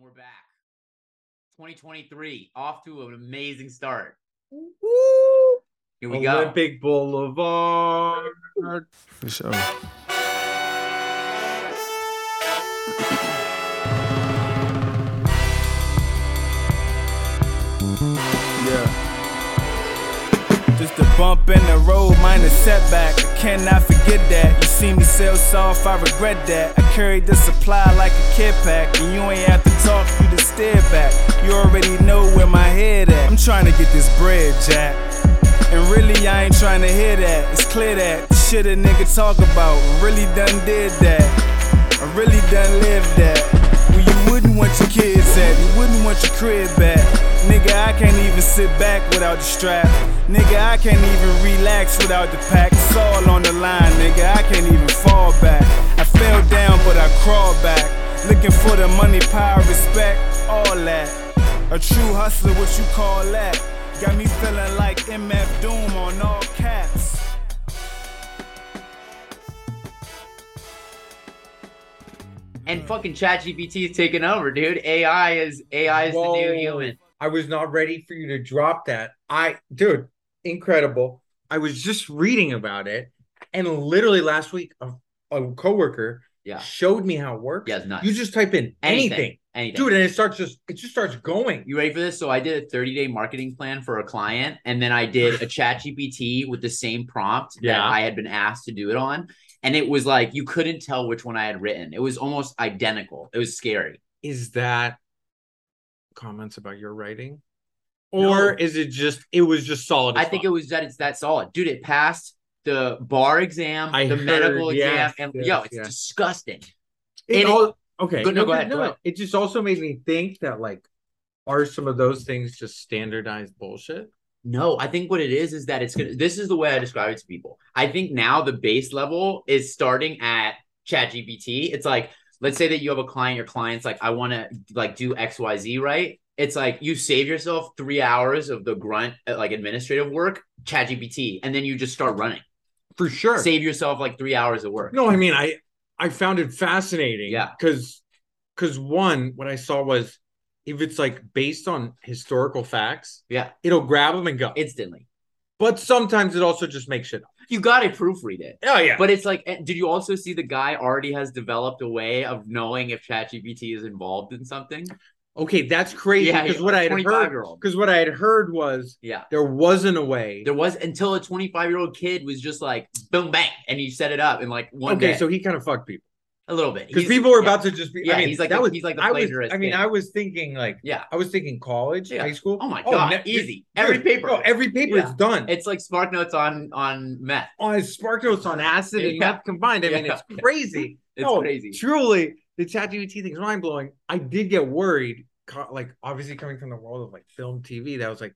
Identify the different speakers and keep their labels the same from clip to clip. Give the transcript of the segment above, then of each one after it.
Speaker 1: we're back. 2023, off to an amazing start.
Speaker 2: Woo!
Speaker 1: Here we go.
Speaker 2: Olympic Boulevard.
Speaker 3: For sure. Yeah.
Speaker 4: Just a bump in the road, minor setback. I cannot forget that. You see me sell soft, I regret that. I carried the supply like a kid pack. And you ain't have to talk, you just stare back. You already know where my head at. I'm trying to get this bread, Jack. And really, I ain't trying to hear that. It's clear that the shit a nigga talk about really done did that. I really done lived that. Where you wouldn't want your kids at, you wouldn't want your crib back. Nigga, I can't even sit back without the strap. Nigga, I can't even relax without the pack. It's all on the line, nigga. I can't even fall back. I fell down, but I crawled back. Looking for the money, power, respect, all that. A true hustler, what you call that? Got me feeling like MF Doom on all caps.
Speaker 1: And fucking ChatGPT is taking over, dude. AI is AI is the
Speaker 2: Whoa.
Speaker 1: new human.
Speaker 2: I was not ready for you to drop that. I, dude, incredible. I was just reading about it, and literally last week, a, a coworker
Speaker 1: Yeah.
Speaker 2: showed me how it works.
Speaker 1: Yeah, it's nuts.
Speaker 2: You just type in anything,
Speaker 1: Anything.
Speaker 2: dude, and it starts just it just starts going.
Speaker 1: You ready for this? So I did a 30 day marketing plan for a client, and then I did a chat GPT with the same prompt that
Speaker 2: Yeah.
Speaker 1: I had been asked to do it on. And it was like you couldn't tell which one I had written. It was almost identical. It was scary.
Speaker 2: Is that comments about your writing, or is it just it was just solid?
Speaker 1: I think it was that it's that solid. Dude, it passed the bar exam,
Speaker 2: I
Speaker 1: the
Speaker 2: heard,
Speaker 1: medical
Speaker 2: yes,
Speaker 1: exam, and
Speaker 2: yes,
Speaker 1: yo, it's
Speaker 2: yes.
Speaker 1: disgusting.
Speaker 2: it,
Speaker 1: it-
Speaker 2: all okay.
Speaker 1: Go- no, go ahead, go ahead.
Speaker 2: It just also made me think that like, are some of those things just standardized bullshit?
Speaker 1: No, I think what it is is that it's gonna. This is the way I describe it to people. I think now the base level is starting at ChatGPT. It's like, let's say that you have a client. Your client's like, I want to like do X, Y, Z, right? It's like you save yourself three hours of the grunt uh, like administrative work, ChatGPT, and then you just start running.
Speaker 2: For sure.
Speaker 1: Save yourself like three hours of work.
Speaker 2: No, I mean I I found it fascinating.
Speaker 1: Yeah.
Speaker 2: Cause cause one, what I saw was if it's like based on historical facts,
Speaker 1: Yeah.
Speaker 2: it'll grab them and go.
Speaker 1: Instantly,
Speaker 2: but sometimes it also just makes shit up.
Speaker 1: you gotta proofread it.
Speaker 2: Oh yeah.
Speaker 1: But it's like, eh, did you also see the guy already has developed a way of knowing if ChatGPT is involved in something?
Speaker 2: okay, that's crazy.
Speaker 1: Yeah,
Speaker 2: Because
Speaker 1: yeah,
Speaker 2: what I had
Speaker 1: 25
Speaker 2: heard
Speaker 1: year old.
Speaker 2: because what I had heard was
Speaker 1: Yeah.
Speaker 2: there wasn't a way.
Speaker 1: There was until a 25 year old kid was just like boom bang, and he set it up in like one
Speaker 2: okay,
Speaker 1: day,
Speaker 2: so he kind of fucked people.
Speaker 1: a little bit
Speaker 2: Because
Speaker 1: He's-
Speaker 2: people were
Speaker 1: yeah.
Speaker 2: about to just be
Speaker 1: Yeah,
Speaker 2: I mean,
Speaker 1: he's like
Speaker 2: that
Speaker 1: the-
Speaker 2: was,
Speaker 1: he's like the
Speaker 2: I was
Speaker 1: plagiarist
Speaker 2: I mean,
Speaker 1: kid.
Speaker 2: I was thinking like
Speaker 1: Yeah.
Speaker 2: I was thinking college,
Speaker 1: Yeah.
Speaker 2: high school.
Speaker 1: Oh my god,
Speaker 2: ne-
Speaker 1: easy.
Speaker 2: dude,
Speaker 1: Every paper,
Speaker 2: bro, every paper
Speaker 1: Yeah.
Speaker 2: is done.
Speaker 1: it's like spark notes on on meth.
Speaker 2: on spark notes Oh, on acid and
Speaker 1: Yeah.
Speaker 2: meth combined. I mean,
Speaker 1: Yeah.
Speaker 2: it's crazy.
Speaker 1: It's
Speaker 2: No,
Speaker 1: crazy.
Speaker 2: Truly, the chat GPT thing's mind blowing. I did get worried, co- like obviously coming from the world of like film TV, that was like,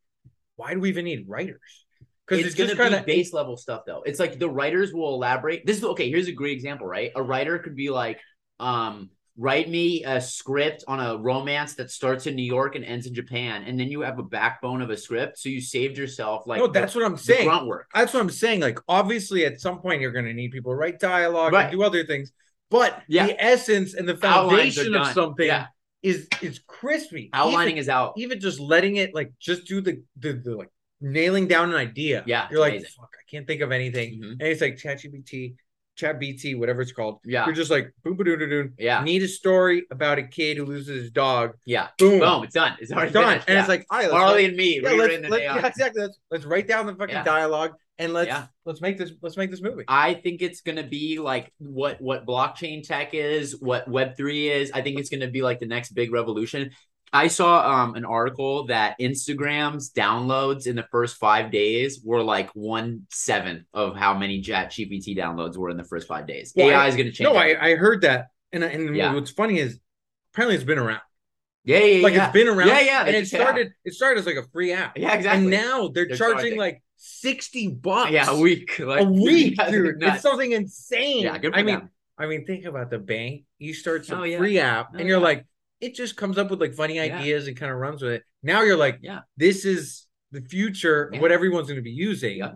Speaker 2: why do we even need writers? Because
Speaker 1: It's,
Speaker 2: it's,
Speaker 1: gonna
Speaker 2: just kind
Speaker 1: be
Speaker 2: of
Speaker 1: base level stuff though. It's like the writers will elaborate. This is okay. Here's a great example, right? A writer could be like, um, write me a script on a romance that starts in New York and ends in Japan, and then you have a backbone of a script, so you saved yourself like
Speaker 2: no.
Speaker 1: the-
Speaker 2: That's what I'm
Speaker 1: the
Speaker 2: saying.
Speaker 1: grunt work.
Speaker 2: That's what I'm saying. Like obviously, at some point, you're gonna need people to write dialogue
Speaker 1: Right.
Speaker 2: and do other things. But
Speaker 1: Yeah.
Speaker 2: the essence and the
Speaker 1: Outlines are
Speaker 2: foundation of
Speaker 1: done.
Speaker 2: something
Speaker 1: Yeah.
Speaker 2: is is crispy.
Speaker 1: Outlining
Speaker 2: Even-
Speaker 1: is out.
Speaker 2: even just letting it like just do the the, the like nailing down an idea.
Speaker 1: Yeah,
Speaker 2: you're like,
Speaker 1: amazing.
Speaker 2: fuck, I can't think of anything,
Speaker 1: Mhm.
Speaker 2: and it's like ChatGPT, ChatBT, whatever it's called.
Speaker 1: Yeah.
Speaker 2: You're just like boom, boom, boom, boom.
Speaker 1: Yeah.
Speaker 2: Need a story about a kid who loses his dog.
Speaker 1: Yeah.
Speaker 2: Boom,
Speaker 1: Boom. It's done. It's
Speaker 2: It's
Speaker 1: already
Speaker 2: done.
Speaker 1: Finished.
Speaker 2: And
Speaker 1: yeah.
Speaker 2: it's like, all right, let's
Speaker 1: Marley
Speaker 2: write-
Speaker 1: and me.
Speaker 2: yeah,
Speaker 1: rewritten
Speaker 2: let's,
Speaker 1: in
Speaker 2: let's-
Speaker 1: AI.
Speaker 2: yeah, exactly. Let's, let's write down the fucking
Speaker 1: Yeah.
Speaker 2: dialogue and let's
Speaker 1: Yeah.
Speaker 2: let's make this let's make this movie.
Speaker 1: I think it's gonna be like what what blockchain tech is, what Web three is. I think it's gonna be like the next big revolution. I saw um, an article that Instagram's downloads in the first five days were like one seventh of how many Chat GPT downloads were in the first five days.
Speaker 2: Well,
Speaker 1: AI
Speaker 2: I-
Speaker 1: is gonna change.
Speaker 2: No,
Speaker 1: everything.
Speaker 2: I, I heard that, and I- and
Speaker 1: Yeah.
Speaker 2: what's funny is apparently it's been around.
Speaker 1: yeah, yeah, yeah,
Speaker 2: Like
Speaker 1: yeah.
Speaker 2: it's been around.
Speaker 1: Yeah, yeah,
Speaker 2: And
Speaker 1: they
Speaker 2: it
Speaker 1: just- yeah.
Speaker 2: started. It started as like a free app.
Speaker 1: yeah, exactly.
Speaker 2: And now they're,
Speaker 1: They're
Speaker 2: charging,
Speaker 1: charging.
Speaker 2: like 60 bucks.
Speaker 1: yeah, a week, like
Speaker 2: a week,
Speaker 1: yeah,
Speaker 2: dude.
Speaker 1: nuts.
Speaker 2: It's something insane.
Speaker 1: yeah, good for
Speaker 2: I mean,
Speaker 1: them.
Speaker 2: I mean, think about the bank. You start some
Speaker 1: Oh, yeah.
Speaker 2: free app
Speaker 1: Oh,
Speaker 2: and you're
Speaker 1: yeah.
Speaker 2: like, it just comes up with like funny
Speaker 1: Yeah.
Speaker 2: ideas and kind of runs with it. Now you're like,
Speaker 1: Yeah.
Speaker 2: this is the future, of
Speaker 1: Yeah.
Speaker 2: what everyone's going to be using.
Speaker 1: Yeah.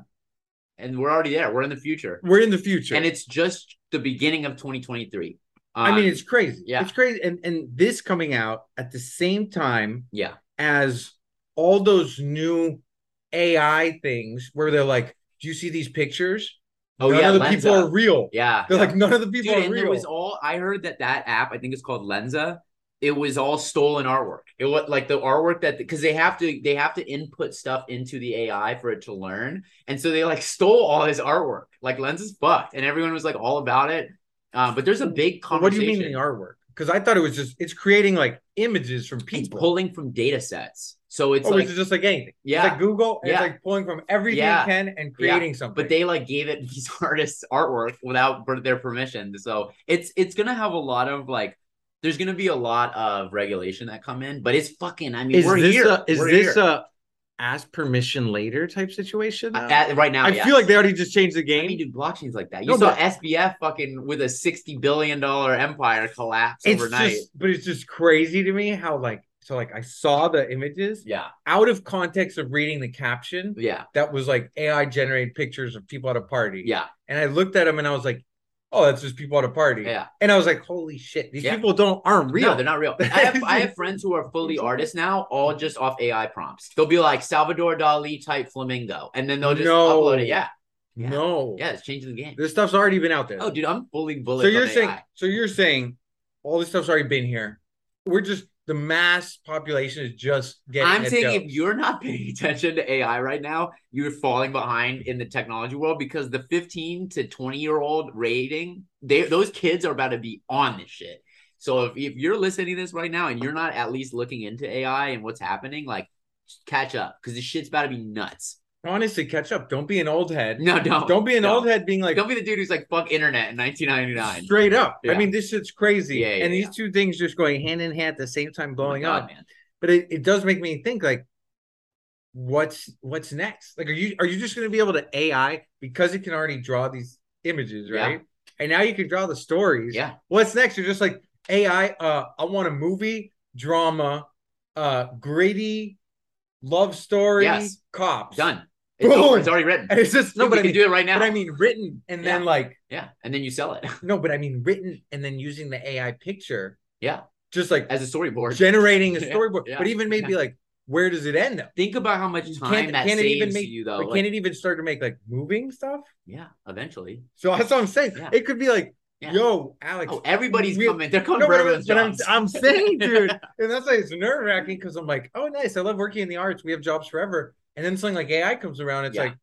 Speaker 1: and we're already there. We're in the future.
Speaker 2: We're in the future.
Speaker 1: And it's just the beginning of 2023.
Speaker 2: I mean,
Speaker 1: Um,
Speaker 2: it's crazy.
Speaker 1: yeah.
Speaker 2: It's crazy. And and this coming out at the same time
Speaker 1: yeah,
Speaker 2: as all those new AI things where they're like, Do you see these pictures?
Speaker 1: oh
Speaker 2: none
Speaker 1: yeah,
Speaker 2: of the
Speaker 1: Lenza.
Speaker 2: people are real.
Speaker 1: yeah,
Speaker 2: They're like, none of the people
Speaker 1: Dude,
Speaker 2: are
Speaker 1: and
Speaker 2: real.
Speaker 1: it was all I heard that that app, I think it's called Lenza. It was all stolen artwork. It was like the artwork that because they have to they have to input stuff into the AI for it to learn, and so they like stole all his artwork. Like Lenz is fucked, and everyone was like all about it. Uh, but there's a big
Speaker 2: But what do
Speaker 1: conversation.
Speaker 2: you mean the artwork? Because I thought it was just it's creating like images from
Speaker 1: It's
Speaker 2: people.
Speaker 1: pulling from data sets, so it's
Speaker 2: oh,
Speaker 1: like
Speaker 2: it's just like anything.
Speaker 1: yeah.
Speaker 2: It's like Google. and
Speaker 1: Yeah.
Speaker 2: It's like pulling from everything
Speaker 1: Yeah.
Speaker 2: it can and creating something.
Speaker 1: but they like gave it these artists artwork without per- their permission so it's it's gonna have a lot of like there's gonna be a lot of regulation that come in but it's fucking i mean
Speaker 2: is
Speaker 1: we're
Speaker 2: this
Speaker 1: here
Speaker 2: a is
Speaker 1: We're
Speaker 2: this
Speaker 1: here.
Speaker 2: a ask permission later type situation?
Speaker 1: Uh,
Speaker 2: though?
Speaker 1: at- right now
Speaker 2: I
Speaker 1: yes.
Speaker 2: feel like they already just changed the
Speaker 1: I
Speaker 2: game.
Speaker 1: mean, dude, blockchain's like that. You
Speaker 2: No,
Speaker 1: saw
Speaker 2: but-
Speaker 1: SBF fucking with a sixty billion dollar empire collapse
Speaker 2: it's
Speaker 1: overnight.
Speaker 2: just but it's just crazy to me how like so like I saw the images
Speaker 1: yeah,
Speaker 2: out of context of reading the caption
Speaker 1: yeah,
Speaker 2: that was like AI generated pictures of people at a party.
Speaker 1: yeah,
Speaker 2: And I looked at them and I was like, oh, that's just people at a party.
Speaker 1: yeah.
Speaker 2: And I was like, holy shit, these
Speaker 1: Yeah.
Speaker 2: people don't aren't real.
Speaker 1: No, they're not real. I have, I have friends who are fully artists now, all just off AI prompts. They'll be like Salvador Dali type flamingo, and then they'll just
Speaker 2: No.
Speaker 1: upload it. Yeah, Yeah.
Speaker 2: No.
Speaker 1: yeah, it's changing the game.
Speaker 2: This stuff's already been out there.
Speaker 1: Oh, dude, I'm fully bullish.
Speaker 2: so you're
Speaker 1: on
Speaker 2: saying
Speaker 1: AI.
Speaker 2: so you're saying all this stuff's already been here. We're just the mass population is just getting
Speaker 1: I'm
Speaker 2: it
Speaker 1: saying
Speaker 2: out.
Speaker 1: if you're not paying attention to AI right now, you're falling behind in the technology world because the 15 to 20 year old rating, they those kids are about to be on this shit. So if, if you're listening to this right now and you're not at least looking into AI and what's happening, like just catch up because this shit's about to be nuts.
Speaker 2: honestly catch up. Don't be an old head.
Speaker 1: No, don't
Speaker 2: Don't be an
Speaker 1: No.
Speaker 2: old head being like
Speaker 1: don't be the dude who's like fuck internet in 1999.
Speaker 2: straight up. I
Speaker 1: Yeah.
Speaker 2: mean, this shit's crazy.
Speaker 1: Yeah, yeah,
Speaker 2: and these
Speaker 1: yeah. Oh
Speaker 2: two things just going hand in hand at the same time blowing
Speaker 1: God,
Speaker 2: up.
Speaker 1: man.
Speaker 2: But it, it does make me think like what's what's next? Like are you are you just gonna be able to AI because it can already draw these images,
Speaker 1: Yeah.
Speaker 2: right? And now you can draw the stories.
Speaker 1: Yeah.
Speaker 2: What's next? You're just like AI, uh, I want a movie, drama, uh, gritty, love story,
Speaker 1: Yes.
Speaker 2: cops.
Speaker 1: Done. It's,
Speaker 2: Boom.
Speaker 1: over. it's already written.
Speaker 2: And it's just
Speaker 1: No,
Speaker 2: no,
Speaker 1: but
Speaker 2: but
Speaker 1: you
Speaker 2: I
Speaker 1: can
Speaker 2: mean,
Speaker 1: do it right now.
Speaker 2: but I mean written and then
Speaker 1: Yeah.
Speaker 2: like
Speaker 1: yeah, and then you sell it.
Speaker 2: no, but I mean written and then using the AI picture.
Speaker 1: Yeah.
Speaker 2: Just like
Speaker 1: as a storyboard.
Speaker 2: generating a
Speaker 1: Yeah,
Speaker 2: storyboard.
Speaker 1: yeah,
Speaker 2: But even maybe
Speaker 1: yeah.
Speaker 2: like where does it end though?
Speaker 1: Think about how much
Speaker 2: You
Speaker 1: time
Speaker 2: can't-
Speaker 1: that
Speaker 2: can't it
Speaker 1: saves
Speaker 2: even make-
Speaker 1: you, though.
Speaker 2: Like,
Speaker 1: Oh, Like,
Speaker 2: can it even start to make like moving stuff?
Speaker 1: yeah, eventually.
Speaker 2: So that's what I'm saying.
Speaker 1: Yeah.
Speaker 2: It could be like,
Speaker 1: Yeah.
Speaker 2: yo, Alex.
Speaker 1: Oh, everybody's
Speaker 2: we-
Speaker 1: coming. They're coming
Speaker 2: No,
Speaker 1: for
Speaker 2: but,
Speaker 1: everyone's
Speaker 2: but I'm,
Speaker 1: jobs.
Speaker 2: I'm saying, dude, and that's why it's nerve wracking because I'm like, oh, nice. I love working in the arts. We have jobs forever. And then something like AI comes around. It's
Speaker 1: Yeah.
Speaker 2: like,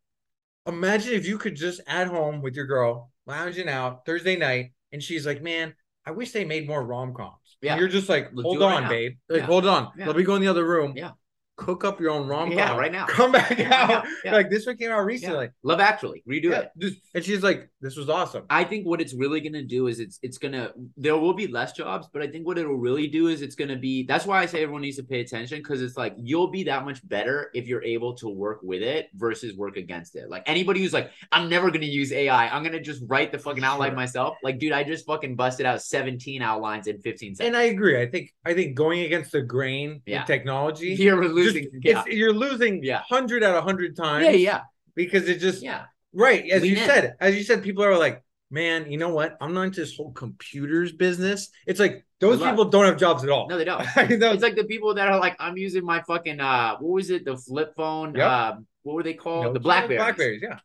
Speaker 2: imagine if you could just at home with your girl, lounging out Thursday night, and she's like, man, I wish they made more rom coms.
Speaker 1: Yeah.
Speaker 2: And you're just like,
Speaker 1: Let's do
Speaker 2: hold
Speaker 1: it right
Speaker 2: on,
Speaker 1: now.
Speaker 2: babe. Like,
Speaker 1: Yeah.
Speaker 2: hold on.
Speaker 1: Yeah.
Speaker 2: Let me go in the other room.
Speaker 1: Yeah.
Speaker 2: Cook up your own rom com.
Speaker 1: Yeah, right now.
Speaker 2: Come back
Speaker 1: Yeah, right
Speaker 2: out.
Speaker 1: now. Yeah.
Speaker 2: Like, this one came out recently.
Speaker 1: Love Actually, redo
Speaker 2: Yeah,
Speaker 1: it.
Speaker 2: just- and she's like, this was awesome.
Speaker 1: I think what it's really going to do is it's it's going to there will be less jobs, but I think what it'll really do is it's going to be that's why I say everyone needs to pay attention because it's like you'll be that much better if you're able to work with it versus work against it. Like anybody who's like I'm never going to use AI, I'm going to just write the fucking outline
Speaker 2: Sure.
Speaker 1: myself. Like dude, I just fucking busted out 17 outlines in 15 seconds.
Speaker 2: And I agree. I think I think going against the grain
Speaker 1: Yeah.
Speaker 2: with technology,
Speaker 1: You're
Speaker 2: just-
Speaker 1: losing yeah.
Speaker 2: it's- you're losing
Speaker 1: Yeah.
Speaker 2: hundred out of hundred times
Speaker 1: yeah, yeah,
Speaker 2: because it just
Speaker 1: yeah,
Speaker 2: right as you
Speaker 1: Lean in.
Speaker 2: said, as you said, people are like, man, you know what? I'm not into this whole computers business. It's like those
Speaker 1: Good luck.
Speaker 2: people don't have jobs at all.
Speaker 1: No, they don't.
Speaker 2: I know.
Speaker 1: It's like the people that are like, I'm using my fucking uh, what was it, the flip phone?
Speaker 2: Yep.
Speaker 1: Uh, what were they called?
Speaker 2: No,
Speaker 1: the
Speaker 2: it's
Speaker 1: Blackberries.
Speaker 2: Blackberries, yeah,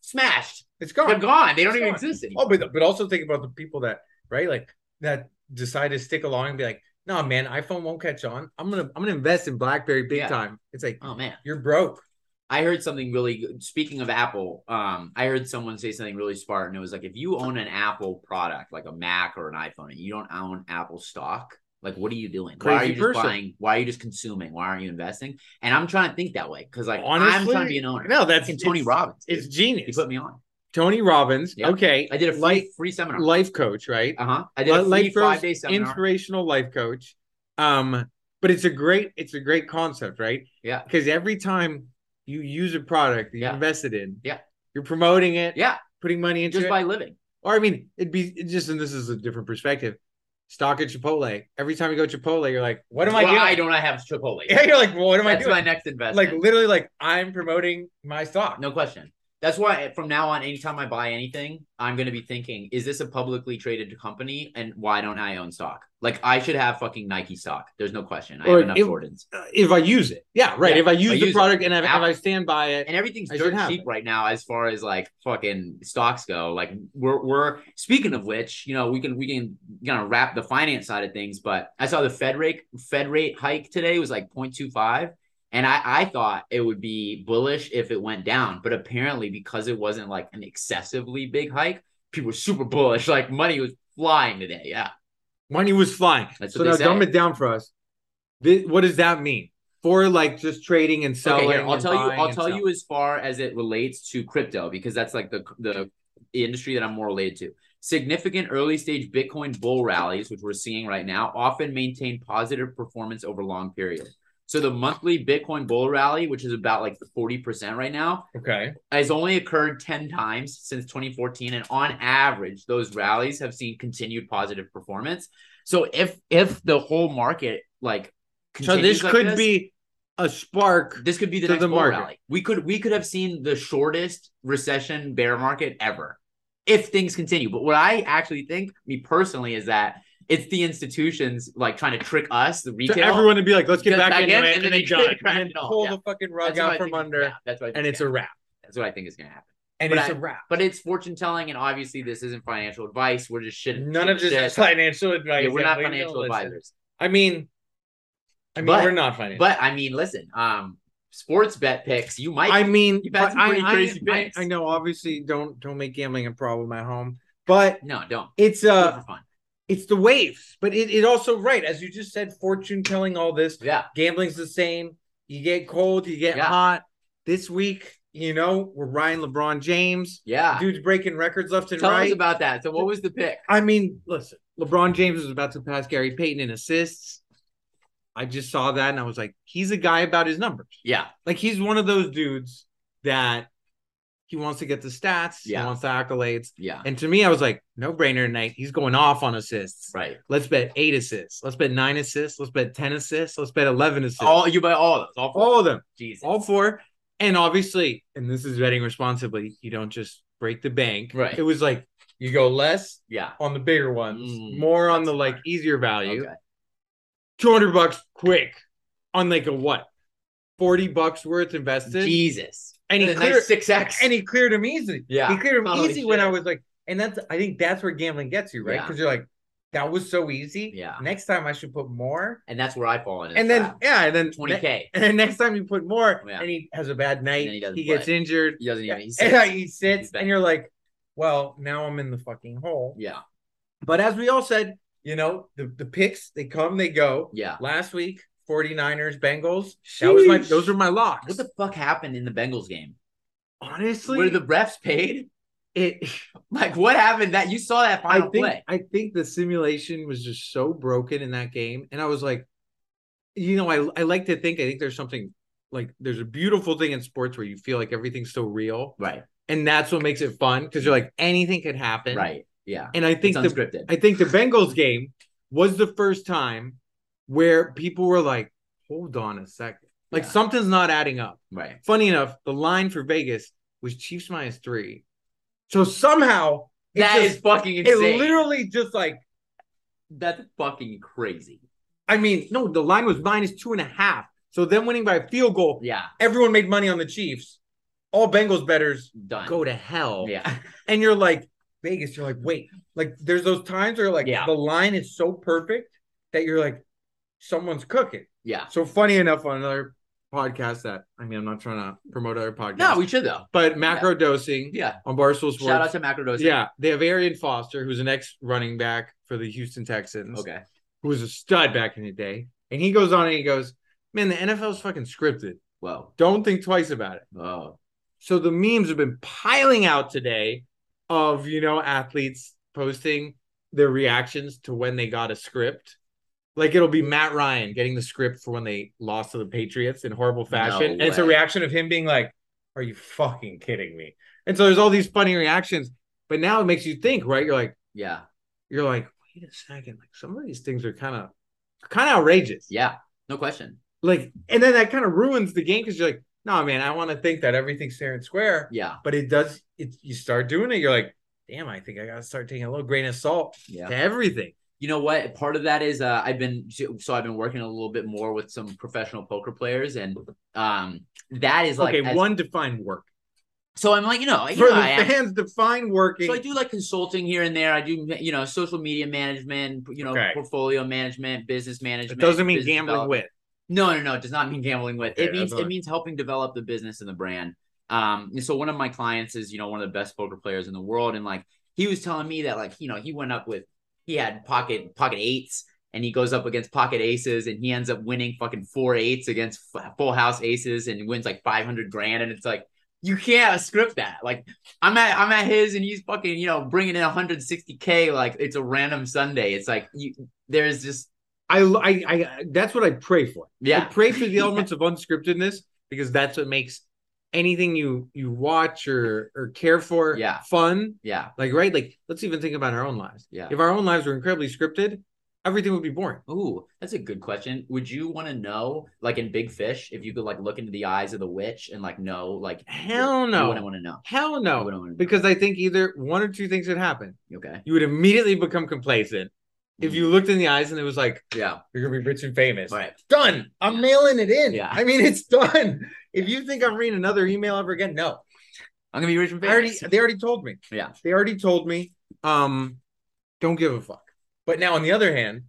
Speaker 1: Smashed.
Speaker 2: it's
Speaker 1: They're
Speaker 2: gone.
Speaker 1: gone. They don't
Speaker 2: It's
Speaker 1: even
Speaker 2: gone.
Speaker 1: exist
Speaker 2: Oh,
Speaker 1: anymore.
Speaker 2: but but also think about the people that right, like that decide to stick along and be like, no, nah, man, iPhone won't catch on. I'm gonna I'm gonna invest in BlackBerry big
Speaker 1: Yeah.
Speaker 2: time. It's like
Speaker 1: Oh. man,
Speaker 2: you're broke.
Speaker 1: I heard something really. good. Speaking of Apple, um, I heard someone say something really smart, and it was like, if you own an Apple product, like a Mac or an iPhone, and you don't own Apple stock. Like, what are you doing? why are
Speaker 2: Crazy
Speaker 1: you just
Speaker 2: person.
Speaker 1: buying? Why are you just consuming? Why aren't you investing? And I'm trying to think that way because, like, I'm
Speaker 2: Honestly,
Speaker 1: trying to be an owner.
Speaker 2: No, that's
Speaker 1: Fucking Tony
Speaker 2: it's-
Speaker 1: Robbins.
Speaker 2: It's
Speaker 1: It's he
Speaker 2: genius.
Speaker 1: put me on.
Speaker 2: Tony Robbins.
Speaker 1: Yeah.
Speaker 2: Okay.
Speaker 1: I did a free,
Speaker 2: life
Speaker 1: free seminar.
Speaker 2: life coach, right?
Speaker 1: uh huh. I did a
Speaker 2: Li-
Speaker 1: free
Speaker 2: life coach,
Speaker 1: five day seminar.
Speaker 2: Inspirational life coach. Um, but it's a great, it's a great concept, right?
Speaker 1: Yeah.
Speaker 2: Because every time you use a product that you
Speaker 1: Yeah.
Speaker 2: invested in,
Speaker 1: Yeah.
Speaker 2: you're promoting it,
Speaker 1: yeah,
Speaker 2: putting money into
Speaker 1: just
Speaker 2: it.
Speaker 1: by living.
Speaker 2: or I mean, it'd be it just and this is a different perspective. Stock at Chipotle. Every time you go Chipotle, you're like, what am I
Speaker 1: Why
Speaker 2: doing?
Speaker 1: don't I have Chipotle?
Speaker 2: yeah, you're like, well, what am I
Speaker 1: That's
Speaker 2: doing?
Speaker 1: my next investment.
Speaker 2: like literally, like I'm promoting my stock.
Speaker 1: no question. That's why from now on, anytime I buy anything, I'm gonna be thinking, is this a publicly traded company, and why don't I own stock? Like I should have fucking Nike stock. There's no question. I
Speaker 2: Or
Speaker 1: have enough
Speaker 2: if-
Speaker 1: Jordans,
Speaker 2: Uh, if I use it. Yeah, right.
Speaker 1: Yeah,
Speaker 2: if I use
Speaker 1: I
Speaker 2: the
Speaker 1: use it.
Speaker 2: product and if, if
Speaker 1: Apple-
Speaker 2: I stand by it,
Speaker 1: and everything's
Speaker 2: I should
Speaker 1: dirt
Speaker 2: have
Speaker 1: cheap
Speaker 2: it.
Speaker 1: right now as far as like fucking stocks go. Like we're we're speaking of which, you know, we can we can kind of wrap the finance side of things. But I saw the Fed rate Fed rate hike today was like 0.25. And I, I thought it would be bullish if it went down, but apparently because it wasn't like an excessively big hike, people were super bullish. Like money was flying today. Yeah.
Speaker 2: money was flying.
Speaker 1: That's
Speaker 2: so
Speaker 1: what they
Speaker 2: now
Speaker 1: say.
Speaker 2: dumb it down for us. Thi- what does that mean for like just trading and selling?
Speaker 1: okay, here, I'll
Speaker 2: and
Speaker 1: tell you.
Speaker 2: buying
Speaker 1: I'll
Speaker 2: and
Speaker 1: tell
Speaker 2: selling?
Speaker 1: you as far as it relates to crypto because that's like the the industry that I'm more related to. Significant early stage Bitcoin bull rallies, which we're seeing right now, often maintain positive performance over long periods. So the monthly Bitcoin bull rally, which is about like forty percent right now,
Speaker 2: Okay,
Speaker 1: has only occurred 10 times since 2014 and on average those rallies have seen continued positive performance so if if the whole market like
Speaker 2: so
Speaker 1: continues
Speaker 2: this
Speaker 1: like
Speaker 2: could be a spark.
Speaker 1: this could be the
Speaker 2: to
Speaker 1: next
Speaker 2: the
Speaker 1: bull
Speaker 2: market.
Speaker 1: rally we could we could have seen the shortest recession bear market ever if things continue but what i actually think me personally is that it's the institutions like trying to trick us the
Speaker 2: To
Speaker 1: retail
Speaker 2: everyone to be like, let's get
Speaker 1: Get
Speaker 2: back,
Speaker 1: back
Speaker 2: into
Speaker 1: in, and
Speaker 2: it, and
Speaker 1: then
Speaker 2: then
Speaker 1: they
Speaker 2: John
Speaker 1: crack it all,
Speaker 2: pull
Speaker 1: yeah.
Speaker 2: the fucking rug
Speaker 1: That's what I
Speaker 2: out from
Speaker 1: think is-
Speaker 2: under,
Speaker 1: yeah, that's what I think
Speaker 2: and
Speaker 1: is
Speaker 2: it's a
Speaker 1: gonna-
Speaker 2: wrap.
Speaker 1: that's what i think is gonna happen
Speaker 2: And
Speaker 1: But
Speaker 2: it's
Speaker 1: I-
Speaker 2: a wrap.
Speaker 1: but it's fortune telling and obviously this isn't financial advice we're just shitting
Speaker 2: None of this
Speaker 1: shit.
Speaker 2: is financial advice.
Speaker 1: Yeah, we're not
Speaker 2: Emily. Don't
Speaker 1: financial
Speaker 2: listen.
Speaker 1: advisors
Speaker 2: I mean, I mean,
Speaker 1: But-
Speaker 2: we're not financial.
Speaker 1: but i mean listen um sports bet picks you might
Speaker 2: I mean,
Speaker 1: You've had
Speaker 2: but
Speaker 1: some
Speaker 2: I,
Speaker 1: pretty
Speaker 2: I-
Speaker 1: crazy
Speaker 2: I-
Speaker 1: bets.
Speaker 2: I know, obviously, don't don't make gambling a problem at home, but
Speaker 1: no don't
Speaker 2: it's
Speaker 1: Do it
Speaker 2: uh
Speaker 1: for fun.
Speaker 2: it's the waves. But it, it also right as you just said, fortune telling all this.
Speaker 1: yeah
Speaker 2: Gambling's the same. You get cold, you get
Speaker 1: Yeah.
Speaker 2: hot. This week, you know, we're Ryan LeBron James.
Speaker 1: yeah
Speaker 2: Dude's breaking records left and
Speaker 1: tell
Speaker 2: right.
Speaker 1: us about that so what was the pick
Speaker 2: I mean, listen, LeBron James was about to pass Gary Payton in assists. I just saw that and I was like, he's a guy about his numbers.
Speaker 1: yeah
Speaker 2: Like he's one of those dudes that he wants to get the stats,
Speaker 1: Yeah.
Speaker 2: he wants the accolades.
Speaker 1: yeah
Speaker 2: And to me, I was like, no brainer tonight. He's going off on assists.
Speaker 1: right
Speaker 2: Let's bet eight assists. Let's bet nine assists. Let's bet 10 assists. Let's bet 11 assists.
Speaker 1: all you buy all of those all four
Speaker 2: all of them.
Speaker 1: jesus
Speaker 2: All four. And obviously, and this is betting responsibly, you don't just break the bank.
Speaker 1: Right.
Speaker 2: It was like you go less
Speaker 1: yeah
Speaker 2: on the bigger ones,
Speaker 1: Mm,
Speaker 2: more on
Speaker 1: that's
Speaker 2: the like
Speaker 1: smart.
Speaker 2: easier value.
Speaker 1: okay.
Speaker 2: 200 bucks quick on like a what? 40 bucks worth invested.
Speaker 1: jesus
Speaker 2: And he
Speaker 1: That's a
Speaker 2: cleared
Speaker 1: nice 6x
Speaker 2: and he cleared him easy.
Speaker 1: Yeah.
Speaker 2: He cleared him
Speaker 1: Holy
Speaker 2: easy when
Speaker 1: shit.
Speaker 2: I was like, and that's I think that's where gambling gets you, right?
Speaker 1: Yeah.
Speaker 2: Because you're like, that was so easy.
Speaker 1: Yeah. Ah.
Speaker 2: Next time I should put more.
Speaker 1: and that's where i fall in
Speaker 2: And then yeah, and then
Speaker 1: 20k
Speaker 2: And then next time you put more
Speaker 1: Oh, Yeah.
Speaker 2: and he has a bad night,
Speaker 1: he
Speaker 2: he,
Speaker 1: doesn't
Speaker 2: gets
Speaker 1: play.
Speaker 2: injured.
Speaker 1: he doesn't
Speaker 2: Yeah,
Speaker 1: even
Speaker 2: and
Speaker 1: he
Speaker 2: he
Speaker 1: sits.
Speaker 2: sits,
Speaker 1: He's back.
Speaker 2: and you're like, well, now I'm in the fucking hole.
Speaker 1: yeah
Speaker 2: But as we all said, you know, the, the picks, they come, they go.
Speaker 1: yeah
Speaker 2: Last week, 49ers, Bengals. That was my
Speaker 1: Sheesh.
Speaker 2: those were my locks.
Speaker 1: what the fuck happened in the bengals game
Speaker 2: honestly
Speaker 1: were the refs paid
Speaker 2: it
Speaker 1: like what happened that you saw that
Speaker 2: I
Speaker 1: final
Speaker 2: think
Speaker 1: play
Speaker 2: I think the simulation was just so broken in that game, and I was like, you know, I I like to think I think there's something like there's a beautiful thing in sports where you feel like everything's so real,
Speaker 1: right
Speaker 2: and that's what makes it fun because you're like anything could happen,
Speaker 1: right yeah
Speaker 2: And I think
Speaker 1: it's
Speaker 2: the
Speaker 1: unscripted
Speaker 2: I think the Bengals game was the first time where people were like, hold on a second, like
Speaker 1: Yeah.
Speaker 2: something's not adding up.
Speaker 1: right
Speaker 2: Funny enough, the line for Vegas was Chiefs minus three, so somehow. it
Speaker 1: That is
Speaker 2: just-
Speaker 1: fucking
Speaker 2: it
Speaker 1: insane.
Speaker 2: literally just like
Speaker 1: That's fucking crazy.
Speaker 2: I mean, no, the line was minus two and a half. So then winning by a field goal,
Speaker 1: Yeah,
Speaker 2: everyone made money on the Chiefs. All Bengals betters
Speaker 1: done.
Speaker 2: go to hell.
Speaker 1: Yeah,
Speaker 2: And you're like, Vegas, you're like, wait, like there's those times where like
Speaker 1: Yeah.
Speaker 2: the line is so perfect that you're like, someone's cooking.
Speaker 1: yeah.
Speaker 2: So funny enough, on another podcast that I mean, I'm not trying to promote other podcasts.
Speaker 1: No, we should though.
Speaker 2: but macro dosing
Speaker 1: Yeah.
Speaker 2: on Barstool Sports.
Speaker 1: Shout out to Macrodose.
Speaker 2: yeah, they have Arian Foster, who's an ex running back for the Houston Texans
Speaker 1: Okay.
Speaker 2: who was a stud back in the day. And he goes on and he goes, Man, the NFL's fucking scripted.
Speaker 1: Whoa.
Speaker 2: Don't think twice about it.
Speaker 1: Oh.
Speaker 2: So the memes have been piling out today of, you know, athletes posting their reactions to when they got a script. Like it'll be Matt Ryan getting the script for when they lost to the Patriots in horrible fashion. and it's a
Speaker 1: way.
Speaker 2: reaction of him being like, Are you fucking kidding me? And so there's all these funny reactions. But now it makes you think, right? You're like,
Speaker 1: Yeah.
Speaker 2: you're like, wait a second, like some of these things are kind of kind of outrageous.
Speaker 1: Yeah. No question.
Speaker 2: Like, and then that kind of ruins the game because you're like, no, man, I want to think that everything's fair and square.
Speaker 1: Yeah.
Speaker 2: But it does. It you start doing it, you're like, damn, I think I gotta start taking a little grain of salt
Speaker 1: Yeah.
Speaker 2: to everything.
Speaker 1: you know what part of that is uh, i've been so i've been working a little bit more with some professional poker players and um that is like
Speaker 2: okay,
Speaker 1: as-
Speaker 2: one define work
Speaker 1: so i'm like you know, you
Speaker 2: for
Speaker 1: know
Speaker 2: the
Speaker 1: I am-
Speaker 2: fans. Define working.
Speaker 1: so i do like consulting here and there i do you know social media management you know
Speaker 2: Okay.
Speaker 1: portfolio management business management
Speaker 2: it doesn't mean
Speaker 1: business
Speaker 2: gambling
Speaker 1: development.
Speaker 2: with.
Speaker 1: No, no, no. It does not mean gambling with.
Speaker 2: Okay,
Speaker 1: it means
Speaker 2: that's what
Speaker 1: it
Speaker 2: I-
Speaker 1: means helping develop the business and the brand. Um, and so one of my clients is, you know, one of the best poker players in the world, and like he was telling me that, like, you know, he went up with he had pocket pocket eights, and he goes up against pocket aces, and he ends up winning fucking four eights against f- full house aces, and wins like five hundred grand, and it's like. You can't script that. Like I'm at I'm at his and he's fucking, you know, bringing in 160k like it's a random Sunday. It's like you there's just
Speaker 2: I, I, I, that's what I pray for. I
Speaker 1: yeah.
Speaker 2: pray for the elements of unscriptedness because that's what makes anything you you watch or or care for
Speaker 1: Yeah.
Speaker 2: fun.
Speaker 1: Yeah.
Speaker 2: Like right, like let's even think about our own lives.
Speaker 1: Yeah.
Speaker 2: If our own lives were incredibly scripted, everything would be boring.
Speaker 1: Ooh, that's a good question. Would you want to know, like in Big Fish, if you could like look into the eyes of the witch and like know, like
Speaker 2: Hell
Speaker 1: I
Speaker 2: no.
Speaker 1: wouldn't want to know.
Speaker 2: Hell
Speaker 1: I
Speaker 2: no.
Speaker 1: wouldn't want to
Speaker 2: Because I think either one or two things would happen.
Speaker 1: know. Okay.
Speaker 2: You would immediately become complacent. If you looked in the eyes and it was like,
Speaker 1: Yeah.
Speaker 2: you're gonna be rich and famous.
Speaker 1: All Mm-hmm. right.
Speaker 2: Done. I'm
Speaker 1: Yeah.
Speaker 2: mailing it in.
Speaker 1: Yeah.
Speaker 2: I mean, it's done. If you think I'm reading another email ever again, no.
Speaker 1: I'm gonna be rich and
Speaker 2: I already
Speaker 1: famous.
Speaker 2: they already told me.
Speaker 1: Yeah.
Speaker 2: They already told me. Um, don't give a fuck. But now on the other hand,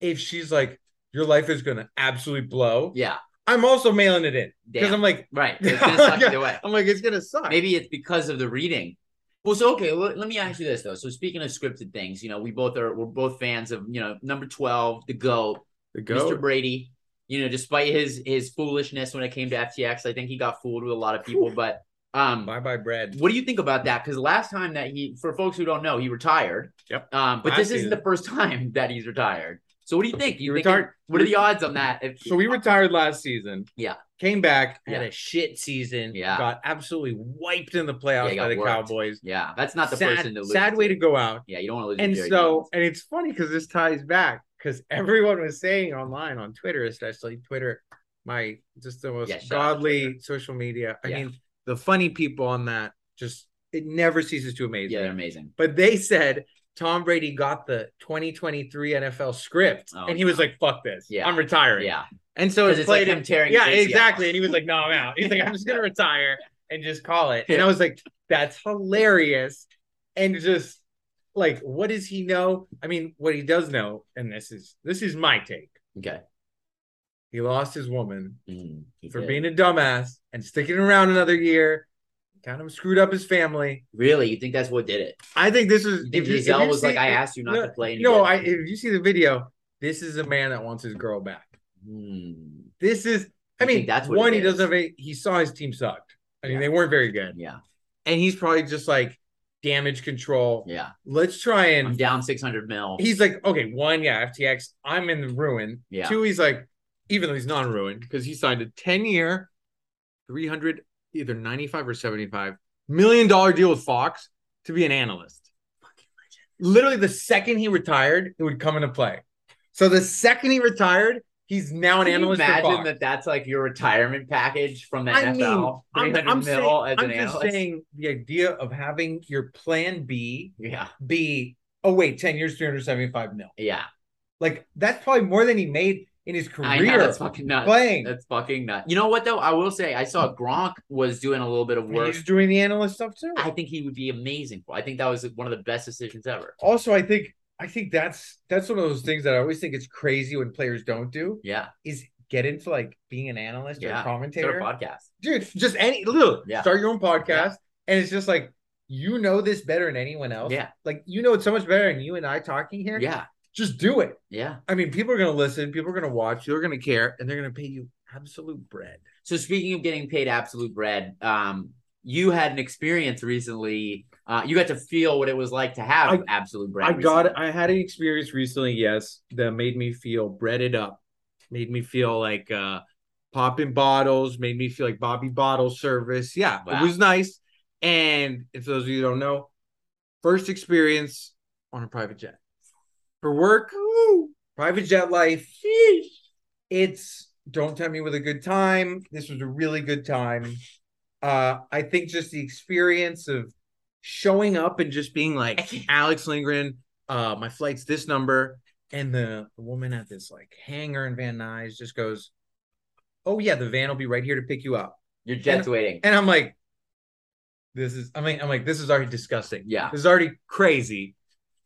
Speaker 2: if she's like, your life is gonna absolutely blow,
Speaker 1: yeah.
Speaker 2: I'm also mailing it in. Because
Speaker 1: Damn.
Speaker 2: I'm like,
Speaker 1: right. It's gonna suck either way.
Speaker 2: I'm like, it's gonna suck.
Speaker 1: Maybe it's because of the reading. Well, so okay, let, let me ask you this though. So speaking of scripted things, you know, we both are we're both fans of, you know, number 12, the GOAT,
Speaker 2: The
Speaker 1: Mr. Brady. You know, despite his his foolishness when it came to FTX, I think he got fooled with a lot of people, but um
Speaker 2: Bye bye bread.
Speaker 1: What do you think about that? Because last time that he, for folks who don't know, he retired.
Speaker 2: Yep.
Speaker 1: Um, but
Speaker 2: Last
Speaker 1: this isn't
Speaker 2: season.
Speaker 1: the first time that he's retired. So what do you think? You
Speaker 2: He
Speaker 1: think-
Speaker 2: retired-
Speaker 1: What are the odds on that? If,
Speaker 2: So we retired last season.
Speaker 1: Yeah.
Speaker 2: Came back, had
Speaker 1: Yeah.
Speaker 2: a shit season.
Speaker 1: Yeah.
Speaker 2: Got absolutely wiped in the playoffs
Speaker 1: Yeah, he
Speaker 2: by
Speaker 1: got
Speaker 2: the
Speaker 1: worked.
Speaker 2: Cowboys.
Speaker 1: yeah, that's not the
Speaker 2: sad
Speaker 1: person to lose.
Speaker 2: sad way to go out.
Speaker 1: Yeah, you don't want to lose. to
Speaker 2: and
Speaker 1: Jerry
Speaker 2: so and it's funny because this ties back because everyone was saying online on twitter especially twitter my just the most
Speaker 1: Yeah, shout out
Speaker 2: godly social media i
Speaker 1: Yeah.
Speaker 2: mean the funny people on that just it never ceases to amaze
Speaker 1: Jones. yeah,
Speaker 2: me
Speaker 1: they're amazing.
Speaker 2: but they said tom brady got the 2023 nfl script
Speaker 1: Oh,
Speaker 2: and he was like fuck this
Speaker 1: Yeah.
Speaker 2: i'm retiring
Speaker 1: Yeah,
Speaker 2: and so
Speaker 1: because
Speaker 2: it's
Speaker 1: it's like
Speaker 2: played
Speaker 1: him tearing.
Speaker 2: yeah
Speaker 1: his ACL.
Speaker 2: exactly and he was like no i'm out he's like i'm just gonna retire and just call it and i was like that's hilarious and just like what does he know i mean what he does know and this is this is my take
Speaker 1: Okay.
Speaker 2: he lost his woman
Speaker 1: Mhm, he
Speaker 2: for
Speaker 1: did.
Speaker 2: being a dumbass and sticking around another year kind of screwed up his family
Speaker 1: really, you think that's what did it?
Speaker 2: i think this is
Speaker 1: You think
Speaker 2: if you- if
Speaker 1: Giselle
Speaker 2: you
Speaker 1: was
Speaker 2: see-
Speaker 1: like, "I asked you not
Speaker 2: no,
Speaker 1: to play." and you
Speaker 2: no
Speaker 1: did."
Speaker 2: i if you see the video this is a man that wants his girl back
Speaker 1: Hmm,
Speaker 2: this
Speaker 1: You
Speaker 2: is i
Speaker 1: think
Speaker 2: mean
Speaker 1: that's
Speaker 2: that's
Speaker 1: what
Speaker 2: one
Speaker 1: it
Speaker 2: he doesn't
Speaker 1: is?
Speaker 2: have any, he saw his team sucked i mean
Speaker 1: Yeah.
Speaker 2: they weren't very good
Speaker 1: yeah,
Speaker 2: and he's probably just like damage control
Speaker 1: yeah.
Speaker 2: let's try
Speaker 1: I'm
Speaker 2: and
Speaker 1: down 600 mil.
Speaker 2: he's like okay one yeah ftx i'm in the ruin
Speaker 1: Yeah.
Speaker 2: two he's like even though he's not ruined because he signed a 10 year 300 either 95 or 75 million dollar deal with fox to be an analyst literally the second he retired it would come into play so the second he retired he's now an
Speaker 1: Can you
Speaker 2: analyst for
Speaker 1: imagine
Speaker 2: Fox.
Speaker 1: that that's like your retirement package from the
Speaker 2: I
Speaker 1: NFL.
Speaker 2: mean,
Speaker 1: 300
Speaker 2: I'm,
Speaker 1: mil
Speaker 2: I'm, saying,
Speaker 1: as an
Speaker 2: I'm just
Speaker 1: analyst.
Speaker 2: saying the idea of having your plan B
Speaker 1: Yeah,
Speaker 2: be, oh, wait, 10 years, 375 mil.
Speaker 1: yeah.
Speaker 2: Like, that's probably more than he made in his career
Speaker 1: I know that's fucking nuts.
Speaker 2: playing.
Speaker 1: That's fucking nuts. You know what though? I will say I saw Gronk was doing a little bit of
Speaker 2: And
Speaker 1: work.
Speaker 2: He's doing the analyst stuff too.
Speaker 1: I think he would be amazing for. I think that was one of the best decisions ever.
Speaker 2: also, I think I think that's that's one of those things that I always think it's crazy when players don't do
Speaker 1: Yeah,
Speaker 2: is get into like being an analyst or
Speaker 1: Yeah.
Speaker 2: a
Speaker 1: start
Speaker 2: commentator.
Speaker 1: a podcast.
Speaker 2: Dude, just any little
Speaker 1: Yeah.
Speaker 2: start your own podcast.
Speaker 1: Yeah.
Speaker 2: And it's just like you know this better than anyone else.
Speaker 1: Yeah.
Speaker 2: Like you know it so much better than you and I talking here.
Speaker 1: Yeah,
Speaker 2: Just do it.
Speaker 1: yeah.
Speaker 2: I mean, people are going to listen, people are going to watch, they're going to care, and they're going to pay you absolute bread.
Speaker 1: So speaking of getting paid absolute bread, um, you had an experience recently. Uh, you got to feel what it was like to have
Speaker 2: I-
Speaker 1: absolute bread.
Speaker 2: I got,
Speaker 1: recently.
Speaker 2: I had an experience recently, yes, that made me feel breaded up, made me feel like uh, popping bottles, made me feel like Bobby Bottle service. Yeah,
Speaker 1: Wow.
Speaker 2: it was nice. And if those of you who don't know, first experience on a private jet for work, private jet life. It's Don't tempt me with a good time. This was a really good time. Uh, I think just the experience of showing up and just being like Alex Lindgren, uh, my flight's this number, and the, the woman at this like hangar in Van Nuys just goes, "Oh yeah, the van will be right here to pick you up,"
Speaker 1: Your jet's waiting.
Speaker 2: and I'm like, "This is," I mean, I'm like, "This is already disgusting.
Speaker 1: Yeah.
Speaker 2: this is already crazy."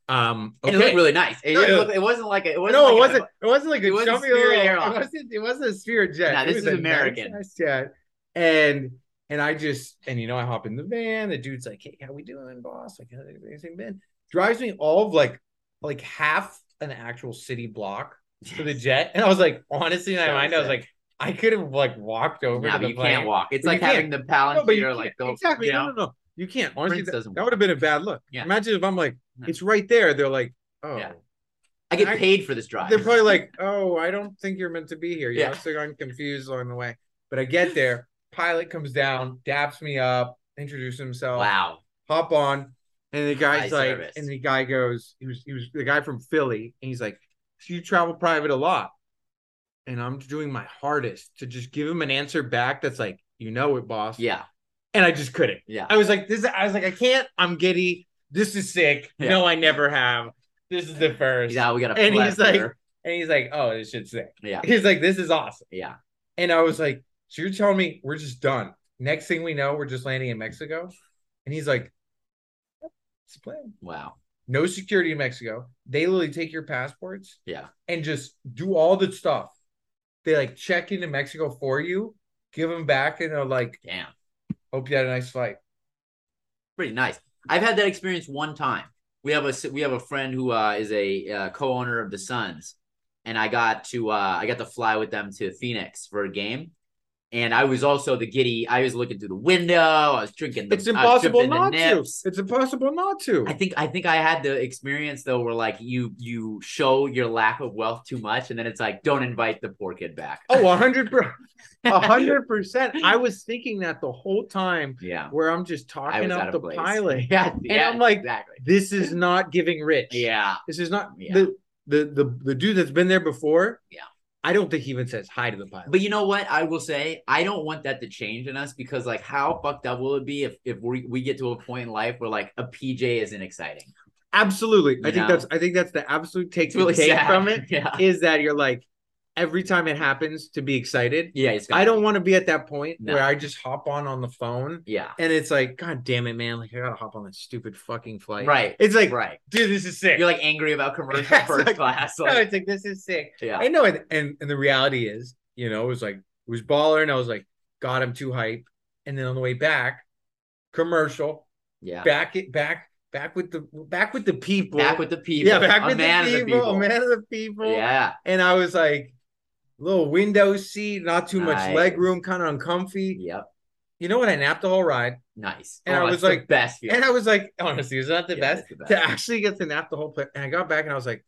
Speaker 2: Um,
Speaker 1: And it
Speaker 2: okay.
Speaker 1: looked really nice. It,
Speaker 2: No,
Speaker 1: didn't
Speaker 2: it-
Speaker 1: look- it wasn't like a, it wasn't
Speaker 2: no,
Speaker 1: like
Speaker 2: it
Speaker 1: a-
Speaker 2: wasn't. It wasn't like a
Speaker 1: it wasn't
Speaker 2: jumpy little.
Speaker 1: Spirit
Speaker 2: It
Speaker 1: Airlines.
Speaker 2: wasn't. It wasn't a Spirit jet.
Speaker 1: Nah,
Speaker 2: It
Speaker 1: this
Speaker 2: was
Speaker 1: is
Speaker 2: a nice
Speaker 1: American.
Speaker 2: ass jet. And and I just and you know I hop in the van. The dude's like, "Hey, how we doing, boss? Like, how's everything been?" Drives me all of like like half an actual city block to the jet, and I was like, honestly, in my
Speaker 1: So
Speaker 2: mind, I was
Speaker 1: sick.
Speaker 2: like, I could have like walked over.
Speaker 1: Nah,
Speaker 2: to the
Speaker 1: but you
Speaker 2: plane.
Speaker 1: can't walk. It's
Speaker 2: But
Speaker 1: like
Speaker 2: you can't.
Speaker 1: having the
Speaker 2: No, but you
Speaker 1: palantir,
Speaker 2: can't.
Speaker 1: like go
Speaker 2: exactly.
Speaker 1: You
Speaker 2: No,
Speaker 1: know?
Speaker 2: no, no. You can't. Honestly,
Speaker 1: Prince
Speaker 2: that,
Speaker 1: doesn't
Speaker 2: that
Speaker 1: walk.
Speaker 2: would have been a bad look.
Speaker 1: Yeah.
Speaker 2: Imagine if I'm like,
Speaker 1: No.
Speaker 2: it's right there. They're like, oh.
Speaker 1: Yeah. I get
Speaker 2: I-
Speaker 1: paid for this drive.
Speaker 2: They're probably like, "Oh, I don't think you're meant to be here." You
Speaker 1: Yeah.
Speaker 2: know, so I'm confused along the way. But I get there. Pilot comes down, daps me up, introduces himself,
Speaker 1: wow.
Speaker 2: hop on, and the guy's
Speaker 1: High
Speaker 2: like,
Speaker 1: service.
Speaker 2: and the guy goes, he was he was the guy from Philly, and he's like, "So you travel private a lot?" And I'm doing my hardest to just give him an answer back that's like, "You know it, boss."
Speaker 1: Yeah.
Speaker 2: and I just couldn't.
Speaker 1: Yeah.
Speaker 2: I was like, this. I was like, I can't. I'm giddy. This is sick.
Speaker 1: Yeah.
Speaker 2: No, I never have. This is the first.
Speaker 1: Yeah, we got a
Speaker 2: And he's
Speaker 1: flat
Speaker 2: like-
Speaker 1: here.
Speaker 2: And he's like, oh, this shit's sick.
Speaker 1: yeah,
Speaker 2: He's like, this is awesome.
Speaker 1: yeah.
Speaker 2: And I was like, so you're telling me we're just done. Next thing we know, we're just landing in Mexico. And he's like, "Yep, it's a plan.
Speaker 1: Wow.
Speaker 2: No security in Mexico. They literally take your passports.
Speaker 1: Yeah.
Speaker 2: And just do all the stuff. They like check into Mexico for you, give them back, and they're like,
Speaker 1: Damn.
Speaker 2: hope you had a nice flight.
Speaker 1: Pretty nice. I've had that experience one time. We have a we have a friend who uh, is a uh, co-owner of the Suns, and I got to uh, I got to fly with them to Phoenix for a game, and I was also the giddy. I was looking through the window. I was drinking. The,
Speaker 2: It's
Speaker 1: I was
Speaker 2: impossible
Speaker 1: tripping the
Speaker 2: not to.
Speaker 1: nips.
Speaker 2: It's impossible not to.
Speaker 1: I think I think I had the experience though, where like you you show your lack of wealth too much, and then it's like don't invite the poor kid back.
Speaker 2: Oh, a hundred per a hundred percent. I was thinking that the whole time
Speaker 1: yeah,
Speaker 2: where I'm just
Speaker 1: I
Speaker 2: talking
Speaker 1: was out
Speaker 2: up
Speaker 1: of
Speaker 2: the
Speaker 1: place.
Speaker 2: pilot.
Speaker 1: Yeah, yeah,
Speaker 2: I'm like-
Speaker 1: exactly.
Speaker 2: This is not giving rich.
Speaker 1: Yeah,
Speaker 2: This is not
Speaker 1: Yeah.
Speaker 2: the, the the the dude that's been there before.
Speaker 1: Yeah.
Speaker 2: I don't think he even says hi to the pilot.
Speaker 1: But you know what? I will say I don't want that to change in us because like how fucked up will it be if, if we, we get to a point in life where like a PJ isn't exciting.
Speaker 2: Absolutely. I
Speaker 1: You
Speaker 2: think
Speaker 1: know?
Speaker 2: that's I think that's the absolute take
Speaker 1: It's really
Speaker 2: to take
Speaker 1: sad.
Speaker 2: from it
Speaker 1: Yeah.
Speaker 2: is that you're like every time it happens to be excited.
Speaker 1: Yeah, it's
Speaker 2: I don't want to be at that point
Speaker 1: No.
Speaker 2: where I just hop on on the phone
Speaker 1: Yeah.
Speaker 2: and it's like, God damn it, man! Like I gotta hop on this stupid fucking flight.
Speaker 1: Right.
Speaker 2: It's like,
Speaker 1: Right.
Speaker 2: dude, this is sick.
Speaker 1: You're like angry about commercial
Speaker 2: It's
Speaker 1: first
Speaker 2: like-
Speaker 1: class.
Speaker 2: No,
Speaker 1: Like,
Speaker 2: it's like this is sick.
Speaker 1: yeah.
Speaker 2: I know, and, and and the reality is, you know, it was like it was baller, and I was like, God, I'm too hype. And then on the way back, commercial,
Speaker 1: Yeah.
Speaker 2: back it back back with the back with the people,
Speaker 1: Back with the people.
Speaker 2: yeah, back
Speaker 1: a
Speaker 2: with
Speaker 1: man
Speaker 2: the,
Speaker 1: of
Speaker 2: people, a man of the people.
Speaker 1: Yeah.
Speaker 2: and I was like, little window seat, not too much
Speaker 1: Nice.
Speaker 2: leg room, kind of uncomfy.
Speaker 1: Yep.
Speaker 2: You know what? I napped the whole ride,
Speaker 1: Nice.
Speaker 2: And I
Speaker 1: it's
Speaker 2: was
Speaker 1: the
Speaker 2: like-
Speaker 1: best feeling.
Speaker 2: and I was like, honestly, is that the
Speaker 1: Yeah,
Speaker 2: best?
Speaker 1: it's the best.
Speaker 2: to actually get to nap the whole plane. And I got back and I was like,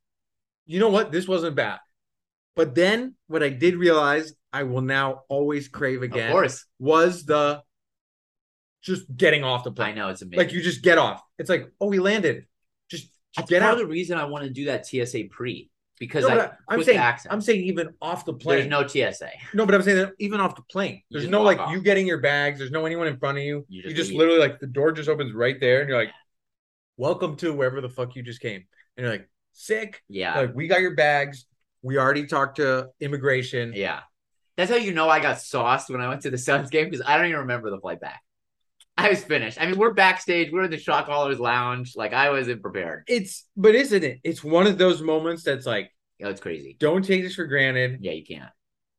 Speaker 2: you know what? This wasn't bad. But then what I did realize I will now always crave
Speaker 1: of
Speaker 2: again
Speaker 1: course.
Speaker 2: was the just getting off the
Speaker 1: I
Speaker 2: plane.
Speaker 1: know it's amazing.
Speaker 2: Like you just get off. It's like, oh, we landed. Just, just
Speaker 1: That's
Speaker 2: get
Speaker 1: part
Speaker 2: out.
Speaker 1: of the reason I want to do that TSA pre because
Speaker 2: No,
Speaker 1: I
Speaker 2: but I'm
Speaker 1: quit
Speaker 2: saying
Speaker 1: the accent.
Speaker 2: I'm saying even off the
Speaker 1: There's
Speaker 2: plane. No,
Speaker 1: no TSA.
Speaker 2: but I'm saying that even off the plane.
Speaker 1: You
Speaker 2: There's
Speaker 1: just
Speaker 2: no
Speaker 1: walk
Speaker 2: like
Speaker 1: off.
Speaker 2: you getting your bags. There's no anyone in front of you.
Speaker 1: You
Speaker 2: You just,
Speaker 1: just leave.
Speaker 2: literally like the door just opens right there, and you're like, "Welcome to wherever the fuck you just came." And you're like, "Sick."
Speaker 1: Yeah.
Speaker 2: like we got your bags we already talked to immigration
Speaker 1: Yeah. That's how you know I got sauced when I went to the Suns game because I don't even remember the flight back. I was finished. I mean, we're backstage. We're in the Shock Hollers lounge. Like, I wasn't prepared.
Speaker 2: it's but isn't it it's one of those moments that's like
Speaker 1: Yeah, It's crazy.
Speaker 2: don't take this for granted
Speaker 1: Yeah, you can't.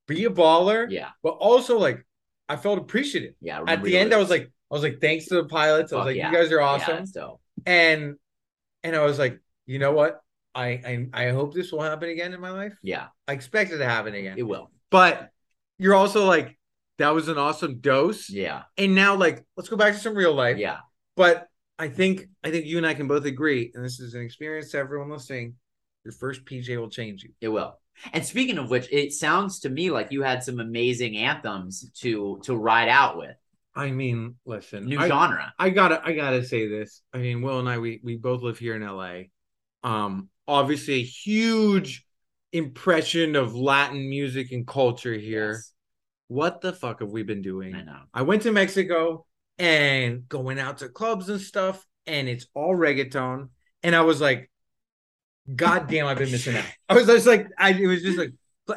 Speaker 2: be a baller
Speaker 1: Yeah.
Speaker 2: but also like i felt appreciative
Speaker 1: Yeah.
Speaker 2: at
Speaker 1: remember
Speaker 2: the
Speaker 1: your
Speaker 2: end i was
Speaker 1: roots.
Speaker 2: like i was like thanks to the pilots i was
Speaker 1: Fuck
Speaker 2: like
Speaker 1: yeah.
Speaker 2: you guys are
Speaker 1: Yeah,
Speaker 2: awesome
Speaker 1: that's dope.
Speaker 2: and and i was like you know what I, I i hope this will happen again in my life
Speaker 1: Yeah,
Speaker 2: i expect it to happen again
Speaker 1: it will.
Speaker 2: but you're also like that was an awesome dose
Speaker 1: Yeah.
Speaker 2: and now like let's go back to some real life
Speaker 1: Yeah.
Speaker 2: but I think I think you and I can both agree, and this is an experience to everyone listening. Your first PJ will change you.
Speaker 1: It will. And speaking of which, it sounds to me like you had some amazing anthems to to ride out with.
Speaker 2: I mean, listen,
Speaker 1: New
Speaker 2: I,
Speaker 1: genre.
Speaker 2: I gotta I gotta say this. I mean, Will and I we we both live here in LA. Um, obviously a huge impression of Latin music and culture here.
Speaker 1: Yes.
Speaker 2: What the fuck have we been doing?
Speaker 1: I know.
Speaker 2: I went to Mexico and going out to clubs and stuff, and it's all reggaeton. And I was like, God damn, I've been missing out. I was just like, I it was just like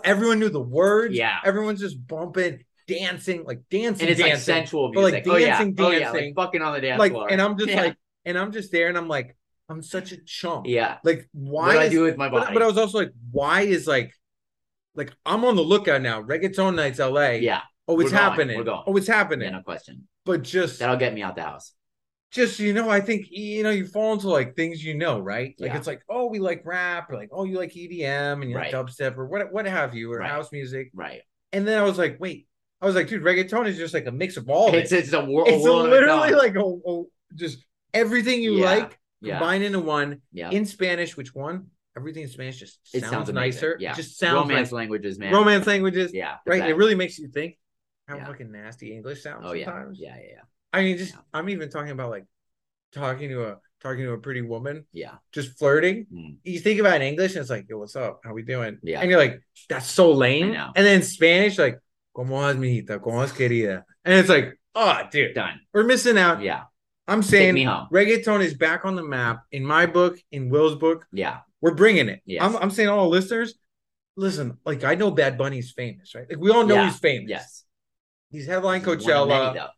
Speaker 2: everyone knew the words.
Speaker 1: Yeah.
Speaker 2: Everyone's just bumping, dancing, like dancing,
Speaker 1: And it's like
Speaker 2: dancing.
Speaker 1: sensual
Speaker 2: But, like,
Speaker 1: music.
Speaker 2: dancing,
Speaker 1: oh, yeah. Oh, yeah.
Speaker 2: dancing.
Speaker 1: Like fucking on the dance
Speaker 2: like,
Speaker 1: floor.
Speaker 2: and I'm just
Speaker 1: Yeah.
Speaker 2: like, and I'm just there, and I'm like, I'm such a chump.
Speaker 1: yeah.
Speaker 2: Like,
Speaker 1: what
Speaker 2: why
Speaker 1: do I
Speaker 2: is
Speaker 1: do with my body?
Speaker 2: but, but I was also like, why is like, like I'm on the lookout now. Reggaeton nights, LA.
Speaker 1: yeah.
Speaker 2: Oh, it's
Speaker 1: We're going.
Speaker 2: happening.
Speaker 1: We're going.
Speaker 2: Oh, it's happening.
Speaker 1: Yeah, no question.
Speaker 2: But just,
Speaker 1: That'll get me out the house.
Speaker 2: just you know, I think you know you fall into like things you know, right? Like
Speaker 1: Yeah.
Speaker 2: it's like, oh, we like rap, or like oh, you like EDM and you like
Speaker 1: Right.
Speaker 2: dubstep or what, what have you, or
Speaker 1: Right.
Speaker 2: house music.
Speaker 1: Right.
Speaker 2: And then I was like, wait, I was like, dude, reggaeton is just like a mix of all. of
Speaker 1: it's
Speaker 2: it.
Speaker 1: it's a world.
Speaker 2: it's
Speaker 1: a world of its
Speaker 2: literally
Speaker 1: own.
Speaker 2: like a, a- just everything you
Speaker 1: Yeah.
Speaker 2: like
Speaker 1: yeah.
Speaker 2: combined into one
Speaker 1: Yeah.
Speaker 2: in Spanish. Which one? Everything in Spanish just
Speaker 1: It
Speaker 2: sounds,
Speaker 1: sounds amazing.
Speaker 2: nicer.
Speaker 1: Yeah.
Speaker 2: It just sounds nicer
Speaker 1: romance languages, man.
Speaker 2: romance languages,
Speaker 1: Yeah. the
Speaker 2: right? And it
Speaker 1: best.
Speaker 2: really makes you think how
Speaker 1: Yeah.
Speaker 2: fucking nasty English sounds
Speaker 1: Oh yeah.
Speaker 2: sometimes.
Speaker 1: Yeah. Yeah.
Speaker 2: I mean, just
Speaker 1: Yeah.
Speaker 2: I'm even talking about like talking to a talking to a pretty woman,
Speaker 1: Yeah.
Speaker 2: just flirting.
Speaker 1: Mm.
Speaker 2: You think about English, and it's like, yo, what's up? How we doing?
Speaker 1: Yeah.
Speaker 2: and you're like, that's so lame.
Speaker 1: know.
Speaker 2: And then Spanish, like, como vas, mijita? Como vas, querida? And it's like, oh,
Speaker 1: yeah.
Speaker 2: dude,
Speaker 1: Done.
Speaker 2: we're missing out.
Speaker 1: Yeah.
Speaker 2: I'm
Speaker 1: Take me
Speaker 2: saying
Speaker 1: home.
Speaker 2: reggaeton is back on the map in my book, in Will's book.
Speaker 1: Yeah.
Speaker 2: We're bringing it.
Speaker 1: Yes.
Speaker 2: I'm, I'm saying all the listeners, listen, like I know Bad Bunny's famous, right? Like we all know
Speaker 1: Yeah.
Speaker 2: he's famous.
Speaker 1: Yes.
Speaker 2: He's headline
Speaker 1: One of many,
Speaker 2: Coachella,
Speaker 1: though.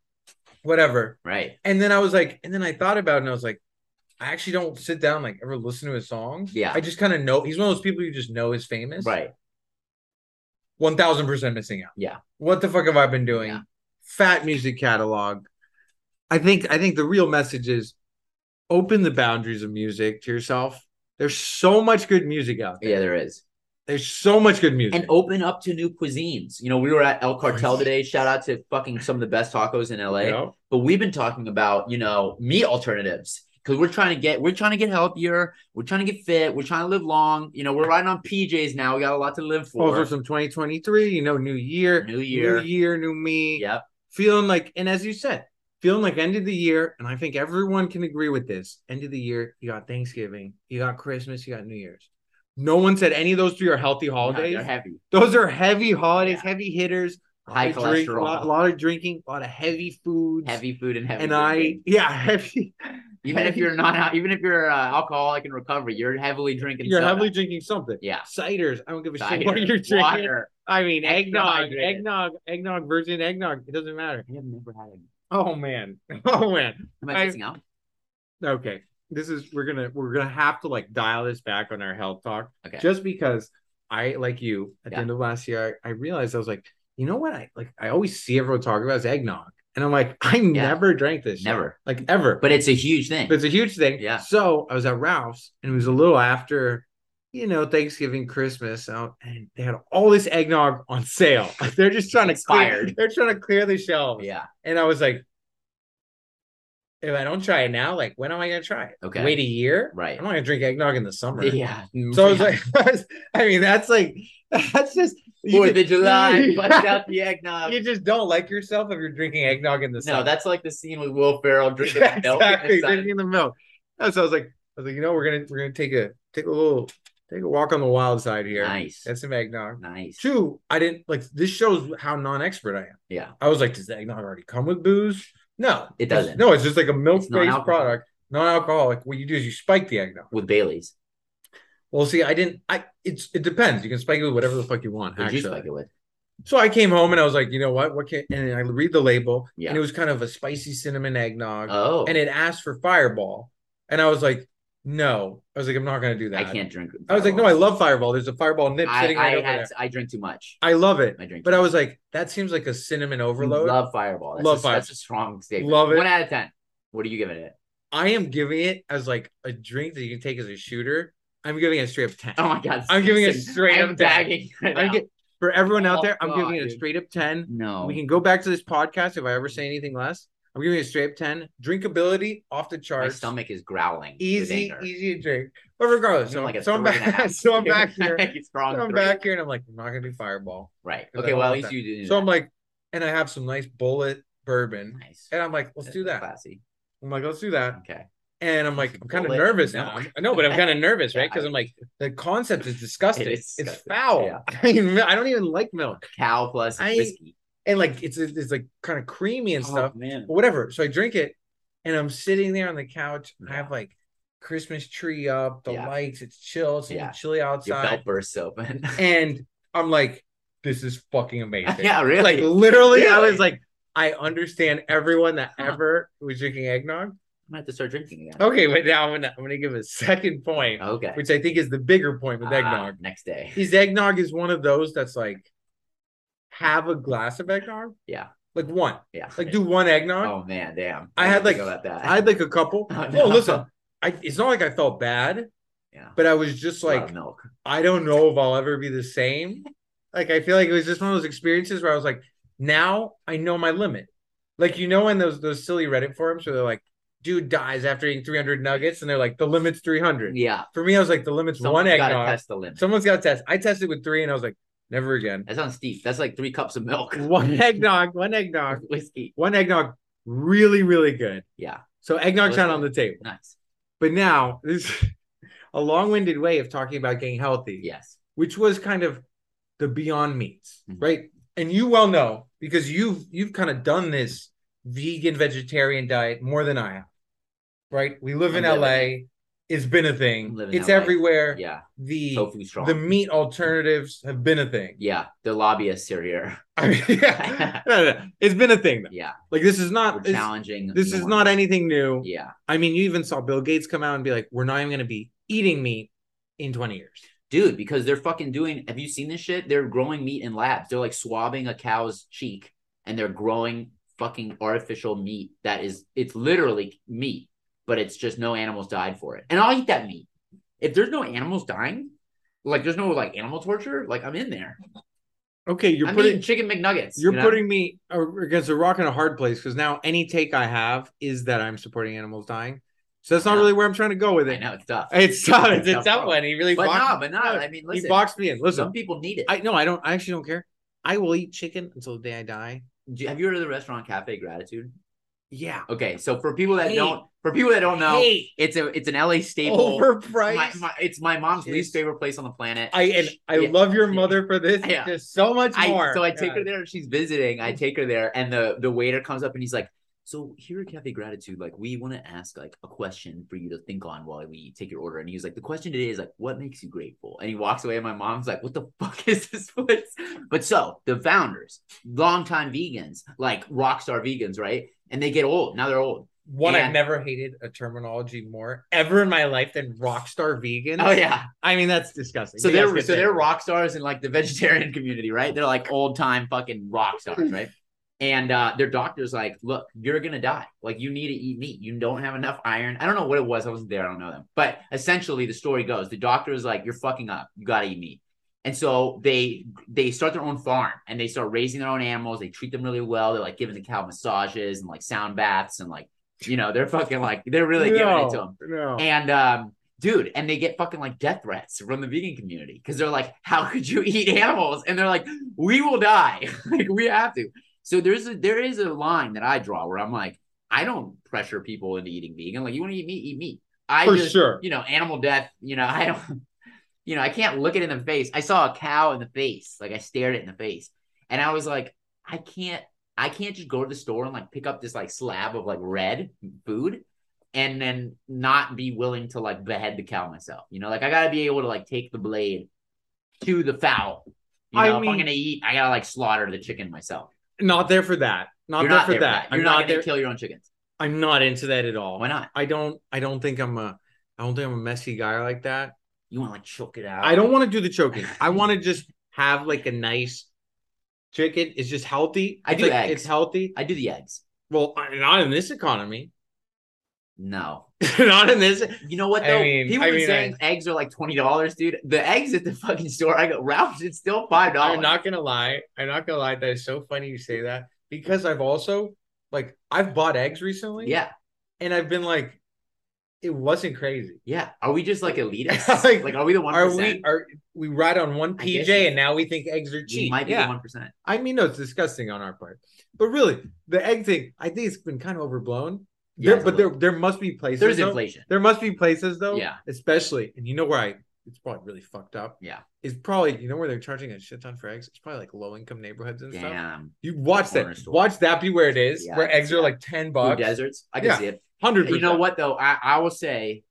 Speaker 2: whatever.
Speaker 1: Right.
Speaker 2: And then I was like, and then I thought about it and I was like, I actually don't sit down like ever listen to his songs.
Speaker 1: Yeah.
Speaker 2: I just kind of know he's one of those people you just know is famous.
Speaker 1: Right.
Speaker 2: One thousand percent missing out.
Speaker 1: Yeah.
Speaker 2: What the fuck have I been doing?
Speaker 1: Yeah.
Speaker 2: Fat music catalog. I think I think the real message is open the boundaries of music to yourself. There's so much good music out there.
Speaker 1: Yeah, there is.
Speaker 2: There's so much good music.
Speaker 1: and open up to new cuisines. You know, we were at El Cartel today. Shout out to fucking some of the best tacos in LA.
Speaker 2: You know?
Speaker 1: But we've been talking about you know meat alternatives because we're trying to get we're trying to get healthier. We're trying to get fit. We're trying to live long. You know, we're riding on PJs now. We got a lot to live for.
Speaker 2: Also, some 2023, you know, new year,
Speaker 1: New year.
Speaker 2: Oh, new year, new me.
Speaker 1: Yep.
Speaker 2: Feeling like, and as you said, feeling like end of the year, and I think everyone can agree with this. End of the year, you got Thanksgiving, you got Christmas, you got New Year's. No one said any of those three are healthy
Speaker 1: No,
Speaker 2: holidays.
Speaker 1: they're heavy.
Speaker 2: those are heavy holidays,
Speaker 1: Yeah.
Speaker 2: heavy hitters,
Speaker 1: High
Speaker 2: lot of drink-
Speaker 1: cholesterol.
Speaker 2: lot, lot of drinking, a lot of heavy foods.
Speaker 1: Heavy food and heavy.
Speaker 2: and I,
Speaker 1: drinking.
Speaker 2: yeah, heavy.
Speaker 1: even if you're not even if you're uh, alcoholic in recovery, you're heavily drinking.
Speaker 2: You're
Speaker 1: soda.
Speaker 2: heavily drinking something.
Speaker 1: Yeah.
Speaker 2: Ciders. I don't give a shit what
Speaker 1: Cider,
Speaker 2: you're drinking.
Speaker 1: water.
Speaker 2: I mean, eggnog,
Speaker 1: Eggnog.
Speaker 2: eggnog, eggnog, virgin eggnog. It doesn't matter.
Speaker 1: I have never had it.
Speaker 2: Oh man. Oh man.
Speaker 1: Am
Speaker 2: I-
Speaker 1: I missing out?
Speaker 2: Okay. This is we're gonna we're gonna have to like dial this back on our health talk.
Speaker 1: Okay.
Speaker 2: Just because I like you at the
Speaker 1: Yeah.
Speaker 2: end of last year, I, I realized I was like, you know what? I like I always see everyone talk about is eggnog. And I'm like, I never drank this. shit.
Speaker 1: Never.
Speaker 2: Like ever.
Speaker 1: But it's a huge thing.
Speaker 2: But it's a huge thing.
Speaker 1: Yeah.
Speaker 2: So I was at Ralph's and it was a little after, you know, Thanksgiving, Christmas, out, and they had all this eggnog on sale. they're just trying to clear.
Speaker 1: Expired.
Speaker 2: They're trying to clear the shelves.
Speaker 1: yeah.
Speaker 2: And I was like, if I don't try it now, like when am I gonna try it?
Speaker 1: Okay.
Speaker 2: Wait a year?
Speaker 1: Right.
Speaker 2: I'm not gonna drink eggnog in the summer.
Speaker 1: Yeah.
Speaker 2: So I was like, I, mean, that's like that's just you
Speaker 1: Fourth of
Speaker 2: just-
Speaker 1: July, bust out the eggnog.
Speaker 2: You just don't like yourself if you're drinking eggnog in the summer.
Speaker 1: No, that's like the scene with Will Ferrell drinking
Speaker 2: Yeah,
Speaker 1: the milk.
Speaker 2: exactly,
Speaker 1: It's like-
Speaker 2: drinking the milk. And so I was like, I was like, you know, we're gonna we're gonna take a take a little take a walk on the wild side here.
Speaker 1: Nice,
Speaker 2: That's some eggnog.
Speaker 1: nice.
Speaker 2: Two, I didn't like this shows how non-expert I am.
Speaker 1: Yeah,
Speaker 2: I was like, does the eggnog already come with booze? No,
Speaker 1: It doesn't.
Speaker 2: No, it's just like a milk-based
Speaker 1: non-alcoholic.
Speaker 2: product, non-alcoholic. What you do is you spike the eggnog.
Speaker 1: with Bailey's.
Speaker 2: Well, see, I didn't. I it's it depends. You can spike it with whatever the fuck you want.
Speaker 1: What'd you
Speaker 2: Actually,
Speaker 1: spike it with?
Speaker 2: so I came home and I was like, you know what? What can? And I read the label,
Speaker 1: Yeah.
Speaker 2: and it was kind of a spicy cinnamon eggnog
Speaker 1: Oh,
Speaker 2: and it asked for Fireball, and I was like, no. I was like, I'm not gonna do
Speaker 1: I
Speaker 2: that.
Speaker 1: can't drink.
Speaker 2: I was like, no, I
Speaker 1: Fireball.
Speaker 2: love Fireball. There's a Fireball nip
Speaker 1: I,
Speaker 2: sitting right
Speaker 1: I
Speaker 2: over
Speaker 1: had.
Speaker 2: there.
Speaker 1: I drink too much.
Speaker 2: I love it,
Speaker 1: I drink.
Speaker 2: but
Speaker 1: too
Speaker 2: I was like, that seems like a cinnamon
Speaker 1: much.
Speaker 2: overload.
Speaker 1: Love Fireball. That's
Speaker 2: Love
Speaker 1: a, That's a strong statement.
Speaker 2: Love it.
Speaker 1: One out of ten. What are you giving it?
Speaker 2: I am giving it as like a drink that you can take as a shooter. I'm giving it a straight up ten.
Speaker 1: Oh my god!
Speaker 2: I'm giving it
Speaker 1: Simpson.
Speaker 2: straight
Speaker 1: I'm
Speaker 2: up down.
Speaker 1: bagging. right
Speaker 2: I'm
Speaker 1: now.
Speaker 2: get- for everyone out
Speaker 1: Oh,
Speaker 2: there, I'm giving
Speaker 1: God,
Speaker 2: it a
Speaker 1: dude.
Speaker 2: straight up ten.
Speaker 1: no.
Speaker 2: We can go back to this podcast if I ever say anything less. I'm giving it a straight up ten. Drinkability off the
Speaker 1: My
Speaker 2: charts.
Speaker 1: stomach is growling. with
Speaker 2: easy,
Speaker 1: anger.
Speaker 2: easy to drink. But regardless,
Speaker 1: I'm
Speaker 2: so,
Speaker 1: like a
Speaker 2: so I'm
Speaker 1: three and a
Speaker 2: back.
Speaker 1: half.
Speaker 2: So I'm back here.
Speaker 1: Like a strong
Speaker 2: So I'm
Speaker 1: three.
Speaker 2: back here and I'm like, I'm not gonna do fireball.
Speaker 1: Right.
Speaker 2: Because I
Speaker 1: Okay.
Speaker 2: don't
Speaker 1: Well, at
Speaker 2: want
Speaker 1: least
Speaker 2: that.
Speaker 1: you did.
Speaker 2: So I'm like, and I have some nice bullet bourbon.
Speaker 1: nice.
Speaker 2: And I'm like, let's do that.
Speaker 1: Classy.
Speaker 2: I'm like, let's do that.
Speaker 1: Okay.
Speaker 2: And I'm like, I'm kind of
Speaker 1: Bullet
Speaker 2: nervous
Speaker 1: milk.
Speaker 2: now. I'm- I know, but I'm kind of nervous,
Speaker 1: Yeah,
Speaker 2: right? Because
Speaker 1: I-
Speaker 2: I'm like, the concept is disgusting.
Speaker 1: is
Speaker 2: it's
Speaker 1: disgusting,
Speaker 2: foul.
Speaker 1: yeah.
Speaker 2: I mean, I don't even like milk.
Speaker 1: Cow plus
Speaker 2: I-
Speaker 1: whiskey.
Speaker 2: And like, it's it's like kind of creamy and
Speaker 1: Oh,
Speaker 2: stuff.
Speaker 1: man.
Speaker 2: But whatever. So I drink it, and I'm sitting there on the couch. I have like Christmas tree up, the
Speaker 1: Yeah.
Speaker 2: lights. It's chill. It's a little
Speaker 1: Yeah.
Speaker 2: chilly
Speaker 1: Your
Speaker 2: outside,
Speaker 1: belt bursts open.
Speaker 2: and I'm like, this is fucking amazing.
Speaker 1: yeah, really.
Speaker 2: Like literally, I
Speaker 1: Really? Uh-huh.
Speaker 2: was like, I understand everyone that
Speaker 1: Huh.
Speaker 2: ever was drinking eggnog.
Speaker 1: I'm gonna have to start drinking again.
Speaker 2: Okay, but now I'm gonna I'm gonna give a second point,
Speaker 1: Okay.
Speaker 2: which I think is the bigger point Oh, with
Speaker 1: Ah,
Speaker 2: eggnog.
Speaker 1: next day.
Speaker 2: Is eggnog is one of those that's like, have a glass of eggnog.
Speaker 1: Yeah.
Speaker 2: like one.
Speaker 1: Yeah.
Speaker 2: Like do one eggnog.
Speaker 1: Oh man, damn.
Speaker 2: I
Speaker 1: didn't
Speaker 2: had,
Speaker 1: think
Speaker 2: like-
Speaker 1: about that.
Speaker 2: I had like a couple.
Speaker 1: Oh,
Speaker 2: no.
Speaker 1: no.
Speaker 2: listen, I, it's not like I felt bad,
Speaker 1: Yeah.
Speaker 2: but I was just
Speaker 1: A lot of
Speaker 2: like,
Speaker 1: milk.
Speaker 2: I don't know if I'll ever be the same. Like, I feel like it was just one of those experiences where I was like, now I know my limit. Like, you know, in those those silly Reddit forums where they're like, dude dies after eating 300 nuggets, and they're like, the limit's 300.
Speaker 1: Yeah.
Speaker 2: For me, I was like, the limit's
Speaker 1: Someone's
Speaker 2: one
Speaker 1: gotta
Speaker 2: eggnog.
Speaker 1: test the limit.
Speaker 2: Someone's got to test. I tested with three, and I was like, never again.
Speaker 1: That sounds steep. That's like three cups of milk.
Speaker 2: One eggnog, one eggnog,
Speaker 1: whiskey.
Speaker 2: one eggnog, really, really good.
Speaker 1: Yeah.
Speaker 2: So eggnog's not on the
Speaker 1: Listen.
Speaker 2: table.
Speaker 1: Nice.
Speaker 2: But now this is a long-winded way of talking about getting healthy,
Speaker 1: Yes.
Speaker 2: which was kind of the beyond meats,
Speaker 1: Mhm.
Speaker 2: right? And you well know because you've you've kind of done this vegan vegetarian diet more than I have. Right? We live in
Speaker 1: I'm living
Speaker 2: LA. It's been a
Speaker 1: I'm
Speaker 2: thing.
Speaker 1: living
Speaker 2: It's
Speaker 1: LA.
Speaker 2: everywhere.
Speaker 1: Yeah.
Speaker 2: The
Speaker 1: Tofu strong.
Speaker 2: the meat alternatives have been a thing.
Speaker 1: yeah. The lobbyists are here.
Speaker 2: I mean, yeah. No, no, no. It's been a thing. Though.
Speaker 1: Yeah.
Speaker 2: Like this is
Speaker 1: We're
Speaker 2: not Uh, this,
Speaker 1: challenging.
Speaker 2: this is not
Speaker 1: norms.
Speaker 2: anything new.
Speaker 1: Yeah.
Speaker 2: I mean, you even saw Bill Gates come out and be like, "We're not even going to be eating meat in 20 years."
Speaker 1: Dude, because they're fucking doing have you seen this shit? They're growing meat in labs. They're like swabbing a cow's cheek and they're growing fucking artificial meat that is it's literally meat, but it's just no animals died for it. And I'll eat that meat. If there's no animals dying, like there's no like animal torture, like I'm in there.
Speaker 2: Okay, you're
Speaker 1: I'm
Speaker 2: putting
Speaker 1: eating chicken McNuggets.
Speaker 2: you're
Speaker 1: you know?
Speaker 2: putting me a- against a rock and a hard place because now any take I have is that I'm supporting animals dying. So that's not
Speaker 1: Yeah.
Speaker 2: really where I'm trying to go with
Speaker 1: I
Speaker 2: it.
Speaker 1: know it's tough.
Speaker 2: It's tough. It's a
Speaker 1: Tough
Speaker 2: tough
Speaker 1: road.
Speaker 2: one. He really
Speaker 1: but
Speaker 2: boxed,
Speaker 1: nah, but nah. I mean,
Speaker 2: he
Speaker 1: listen,
Speaker 2: boxed me in. Listen,
Speaker 1: some people need it.
Speaker 2: I no, I don't. I actually don't care. I will eat chicken until the day I die.
Speaker 1: Do you- have you heard of the restaurant Cafe Gratitude?
Speaker 2: Yeah.
Speaker 1: Okay, so for people that
Speaker 2: Hey.
Speaker 1: don't, for people that don't know,
Speaker 2: Hey,
Speaker 1: it's a it's an LA staple.
Speaker 2: overpriced.
Speaker 1: My, my, it's my mom's
Speaker 2: Jeez.
Speaker 1: least favorite place on the planet.
Speaker 2: I and I
Speaker 1: Yeah.
Speaker 2: love your mother for this.
Speaker 1: Yeah.
Speaker 2: Just so much
Speaker 1: I-
Speaker 2: more.
Speaker 1: so I take her
Speaker 2: Yeah. Mm.
Speaker 1: there. She's visiting. I take her there, and the the waiter comes up and he's like, "So here at Cafe Gratitude, like we want to ask like a question for you to think on while we take your order." And he was like, "The question today is like, what makes you grateful?" And he walks away, and my mom's like, "What the fuck is this place?" But so the founders, longtime vegans, like rock star vegans, right? And they get old. Now they're old.
Speaker 2: One, I've
Speaker 1: And-
Speaker 2: never hated a terminology more ever in my life than rock star vegan.
Speaker 1: Oh yeah.
Speaker 2: I mean, that's disgusting.
Speaker 1: So
Speaker 2: But yes,
Speaker 1: they're
Speaker 2: good
Speaker 1: so
Speaker 2: thing.
Speaker 1: they're rock stars in like the vegetarian community, right? They're like old time fucking rock stars, right? And uh, their doctor's like, "Look, you're gonna die. Like, you need to eat meat. You don't have enough iron. I don't know what it was. I wasn't there. I don't know them. But essentially, the story goes: the doctor is like, "You're fucking up. You gotta eat meat." And so they they start their own farm and they start raising their own animals. They treat them really well. They're like giving the cow massages and like sound baths and like, you know, they're fucking like they're really giving it to them.
Speaker 2: No.
Speaker 1: And um, dude, and they get fucking like death threats from the vegan community because they're like, "How could you eat animals?" And they're like, "We will die. like we have to." So there's a there is a line that I draw where I'm like, I don't pressure people into eating vegan. Like, you want to eat meat, eat meat. I
Speaker 2: for
Speaker 1: just,
Speaker 2: sure.
Speaker 1: you know, animal death. You know, I don't. You know, I can't look it in the face. I saw a cow in the face. Like I stared it in the face, and I was like, I can't. I can't just go to the store and like pick up this like slab of like red food and then not be willing to like behead the cow myself. You know, like I gotta be able to like take the blade to the fowl. You know,
Speaker 2: I
Speaker 1: if I'm
Speaker 2: mean-
Speaker 1: gonna eat, I gotta like slaughter the chicken myself.
Speaker 2: Not there for that. Not
Speaker 1: You're
Speaker 2: there
Speaker 1: not
Speaker 2: for
Speaker 1: there
Speaker 2: that.
Speaker 1: You're
Speaker 2: I'm
Speaker 1: not,
Speaker 2: not,
Speaker 1: gonna
Speaker 2: there.
Speaker 1: kill your own chickens.
Speaker 2: I'm not into that at all.
Speaker 1: Why not?
Speaker 2: I don't. I don't think I'm a. I don't think I'm a messy guy like that.
Speaker 1: You wanna like choke it out.
Speaker 2: I don't want to do the choking. I want to just have like a nice chicken. It's just healthy.
Speaker 1: I
Speaker 2: It's
Speaker 1: do
Speaker 2: like-
Speaker 1: eggs.
Speaker 2: It's healthy.
Speaker 1: I do the eggs.
Speaker 2: Well, I- not in this economy.
Speaker 1: No.
Speaker 2: not in this.
Speaker 1: You know what
Speaker 2: I
Speaker 1: though?
Speaker 2: mean-
Speaker 1: People
Speaker 2: I
Speaker 1: have been
Speaker 2: mean,
Speaker 1: saying eggs are like twenty dollars, dude. The eggs at the fucking store, I go, Ralph's it's still five dollars.
Speaker 2: I'm not gonna lie. I'm not gonna lie. That is so funny you say that because I've also like I've bought eggs recently.
Speaker 1: yeah,
Speaker 2: and I've been like, it wasn't crazy.
Speaker 1: yeah. Are we just like elitists?
Speaker 2: Like,
Speaker 1: like, are we the one
Speaker 2: Are we
Speaker 1: percent?
Speaker 2: are we ride on one
Speaker 1: I guess
Speaker 2: PJ
Speaker 1: you-
Speaker 2: and now we think eggs are
Speaker 1: We
Speaker 2: cheap?
Speaker 1: might be
Speaker 2: yeah,
Speaker 1: the one percent.
Speaker 2: I mean, no, it's disgusting on our part, but really, the egg thing, I think it's been kind of overblown
Speaker 1: Yeah,
Speaker 2: there, but there there must be places.
Speaker 1: there's
Speaker 2: though-
Speaker 1: inflation.
Speaker 2: There must be places though.
Speaker 1: Yeah.
Speaker 2: Especially, and you know where I it's probably really fucked up.
Speaker 1: Yeah.
Speaker 2: It's probably you know where they're charging a shit ton for eggs. It's probably like low income neighborhoods and stuff.
Speaker 1: Damn.
Speaker 2: You watch
Speaker 1: Corner
Speaker 2: that.
Speaker 1: store.
Speaker 2: Watch that be where it is.
Speaker 1: Yeah, I
Speaker 2: where
Speaker 1: can
Speaker 2: eggs
Speaker 1: see
Speaker 2: are
Speaker 1: that.
Speaker 2: like ten
Speaker 1: Food
Speaker 2: bucks.
Speaker 1: deserts. I can
Speaker 2: Yeah.
Speaker 1: see it.
Speaker 2: Hundred.
Speaker 1: You know what though? I, I will say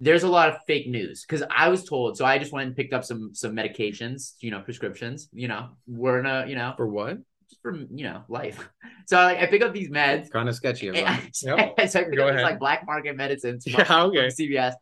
Speaker 1: there's a lot of fake news because I was told. So I just went and picked up some some medications, you know, prescriptions. You know, we're in a you know
Speaker 2: For what?
Speaker 1: just for you know life. So like, I pick up these meds.
Speaker 2: Kind of sketchy.
Speaker 1: And I, so I
Speaker 2: Yep.
Speaker 1: pick up
Speaker 2: Go
Speaker 1: these,
Speaker 2: ahead.
Speaker 1: like black market medicines from,
Speaker 2: Yeah. Okay.
Speaker 1: from CVS,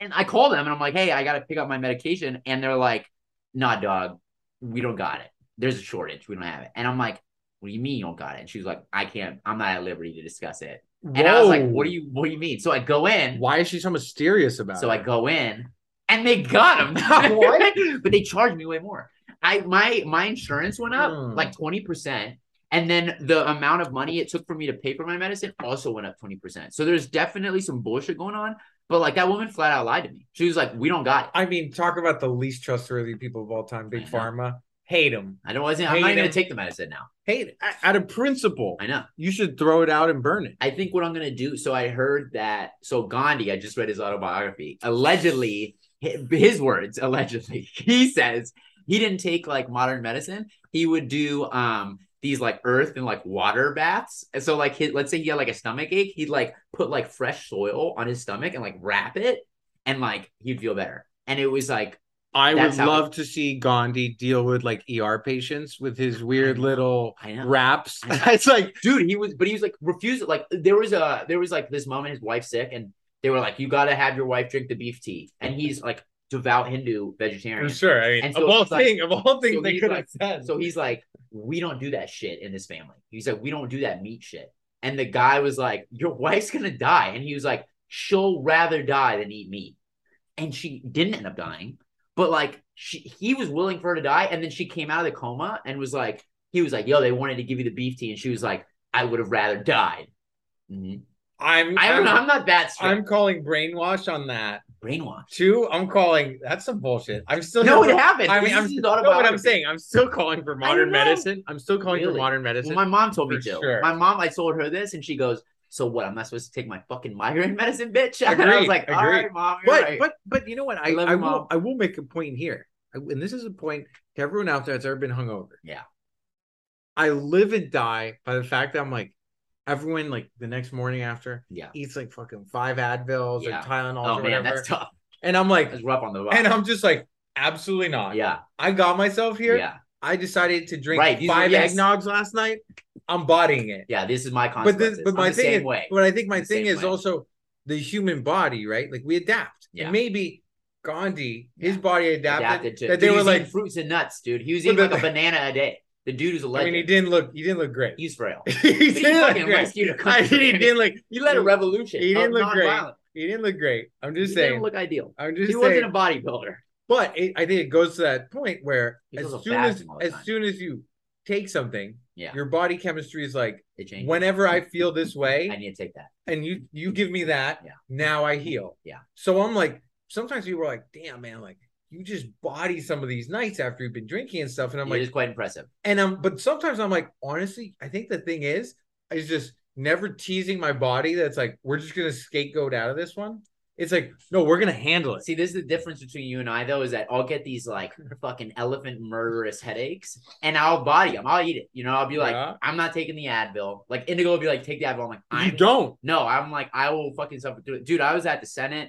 Speaker 1: and I call them and I'm like, hey, I gotta pick up my medication, and they're like, nah, dog, we don't got it. There's a shortage. We don't have it. And I'm like, what do you mean you don't got it? And she was like, I can't. I'm not at liberty to discuss it. And I was like,
Speaker 2: Whoa.
Speaker 1: what do you what do you mean? So I go in.
Speaker 2: Why is she so mysterious about
Speaker 1: So
Speaker 2: it?
Speaker 1: I go in and they got him.
Speaker 2: What?
Speaker 1: but they charged me way more. I my my insurance went up
Speaker 2: Hmm.
Speaker 1: like 20%. And then the amount of money it took for me to pay for my medicine also went up 20%. So there's definitely some bullshit going on. But like that woman flat out lied to me. She was like, We don't got it.
Speaker 2: I mean, talk about the least trustworthy people of all time. Big
Speaker 1: I know.
Speaker 2: Pharma. Hate them.
Speaker 1: I don't wasn't I'm
Speaker 2: Hey,
Speaker 1: not even
Speaker 2: then-
Speaker 1: gonna take the medicine now.
Speaker 2: Hate a- out of principle.
Speaker 1: I know.
Speaker 2: You should throw it out and burn it.
Speaker 1: I think what I'm gonna do. So I heard that. So Gandhi, I just read his autobiography. Allegedly, hi- his words. Allegedly, he says he didn't take like modern medicine. He would do um these like earth and like water baths. And so like his, let's say he had like a stomach ache, he'd like put like fresh soil on his stomach and like wrap it, and like he'd feel better. And it was like
Speaker 2: I
Speaker 1: That's
Speaker 2: would
Speaker 1: how-
Speaker 2: love to see Gandhi deal with like ER patients with his weird
Speaker 1: know.
Speaker 2: little
Speaker 1: I know.
Speaker 2: raps.
Speaker 1: I know.
Speaker 2: it's like
Speaker 1: dude he was but he was like refused like there was a there was like this mom and his wife sick and they were like you gotta have your wife drink the beef tea and he's like devout hindu vegetarian
Speaker 2: sure. I
Speaker 1: And so he's like-
Speaker 2: of all
Speaker 1: so he's
Speaker 2: could've
Speaker 1: like-
Speaker 2: said.
Speaker 1: so he's like we don't do that shit in this family he's like we don't do that meat shit and the guy was like your wife's gonna die and he was like she'll rather die than eat meat and she didn't end up dying but like she, he was willing for her to die and then she came out of the coma and was like he was like yo they wanted to give you the beef tea and she was like i would have rather died Mhm.
Speaker 2: I'm
Speaker 1: I don't know. I'm not that strict.
Speaker 2: I'm calling brainwash on that.
Speaker 1: brainwashed.
Speaker 2: Two, I'm calling that's some bullshit. I'm still
Speaker 1: No,
Speaker 2: here
Speaker 1: it
Speaker 2: for-
Speaker 1: happened.
Speaker 2: I mean,
Speaker 1: This
Speaker 2: I'm
Speaker 1: is his
Speaker 2: no, what I'm
Speaker 1: autobiography.
Speaker 2: saying. I'm still calling for modern
Speaker 1: know.
Speaker 2: medicine. I'm still calling for
Speaker 1: Really?
Speaker 2: modern
Speaker 1: Well,
Speaker 2: medicine.
Speaker 1: my mom told me
Speaker 2: For
Speaker 1: to.
Speaker 2: sure.
Speaker 1: My mom, I told her this, and she goes, "So what? I'm not supposed to take my fucking migraine medicine, bitch." And I
Speaker 2: Agreed,
Speaker 1: was like, "All
Speaker 2: agreed.
Speaker 1: right, mom, you're
Speaker 2: but
Speaker 1: right."
Speaker 2: but but you know what? I
Speaker 1: I love
Speaker 2: I
Speaker 1: you,
Speaker 2: will,
Speaker 1: Mom.
Speaker 2: I will make a point here, I, and this is a point to everyone out there that's ever been hungover.
Speaker 1: Yeah.
Speaker 2: I live and die by the fact that I'm like everyone like the next morning after
Speaker 1: yeah.
Speaker 2: eats like fucking five Advils
Speaker 1: Yeah.
Speaker 2: or Tylenols
Speaker 1: Oh man,
Speaker 2: or whatever,
Speaker 1: that's tough.
Speaker 2: and I'm like,
Speaker 1: That's rough on the body.
Speaker 2: and I'm just like, absolutely not.
Speaker 1: yeah,
Speaker 2: I got myself here.
Speaker 1: yeah,
Speaker 2: I decided to drink
Speaker 1: Right, these are-
Speaker 2: five
Speaker 1: yes.
Speaker 2: eggnogs last night. I'm bodying it
Speaker 1: yeah. This is my
Speaker 2: but
Speaker 1: consequences.
Speaker 2: this, but
Speaker 1: I'm
Speaker 2: my
Speaker 1: the
Speaker 2: thing
Speaker 1: same
Speaker 2: is,
Speaker 1: way.
Speaker 2: but I think my
Speaker 1: the
Speaker 2: thing
Speaker 1: same
Speaker 2: is
Speaker 1: way.
Speaker 2: also the human body, right? Like we adapt,
Speaker 1: Yeah.
Speaker 2: and maybe Gandhi, his
Speaker 1: Yeah.
Speaker 2: body adapted,
Speaker 1: Adapted to.
Speaker 2: that
Speaker 1: dude,
Speaker 2: they
Speaker 1: he
Speaker 2: were
Speaker 1: was eating
Speaker 2: like.
Speaker 1: fruits and nuts, dude. He was
Speaker 2: But
Speaker 1: eating like
Speaker 2: the-
Speaker 1: a banana a day. The dude is a
Speaker 2: I mean,
Speaker 1: legend.
Speaker 2: he didn't look. He didn't look great.
Speaker 1: He's frail.
Speaker 2: he
Speaker 1: He
Speaker 2: didn't look
Speaker 1: fucking
Speaker 2: great.
Speaker 1: rescued a
Speaker 2: I mean, he
Speaker 1: country.
Speaker 2: didn't look.
Speaker 1: He led a revolution.
Speaker 2: He didn't
Speaker 1: of
Speaker 2: look great.
Speaker 1: nonviolence.
Speaker 2: He didn't look great. I'm just
Speaker 1: He
Speaker 2: saying.
Speaker 1: didn't look ideal.
Speaker 2: I'm
Speaker 1: He
Speaker 2: just saying.
Speaker 1: wasn't a bodybuilder.
Speaker 2: but it, I think it goes to that point where
Speaker 1: He's
Speaker 2: as
Speaker 1: also
Speaker 2: soon as
Speaker 1: fasting all the
Speaker 2: as
Speaker 1: time.
Speaker 2: soon as you take something,
Speaker 1: Yeah.
Speaker 2: your body chemistry is like,
Speaker 1: It changed.
Speaker 2: whenever I feel this way,
Speaker 1: I need to take that.
Speaker 2: and you you give me that
Speaker 1: Yeah.
Speaker 2: now i heal
Speaker 1: Yeah.
Speaker 2: so i'm like sometimes people are like damn man like you just body some of these nights after you've been drinking and stuff and i'm
Speaker 1: It
Speaker 2: like
Speaker 1: is quite impressive.
Speaker 2: and i'm but sometimes i'm like honestly i think the thing is is just never teasing my body that's like we're just gonna scapegoat out of this one it's like no we're gonna handle it
Speaker 1: See, this is the difference between you and I, though, is that I'll get these like fucking elephant murderous headaches, and I'll body them. I'll eat it. You know, I'll be like,
Speaker 2: Yeah.
Speaker 1: I'm not taking the Advil. Like Indigo will be like, take the Advil. I'm like,
Speaker 2: you
Speaker 1: I'm
Speaker 2: don't
Speaker 1: no. I'm like, I will fucking suffer through it, dude. I was at the Senate,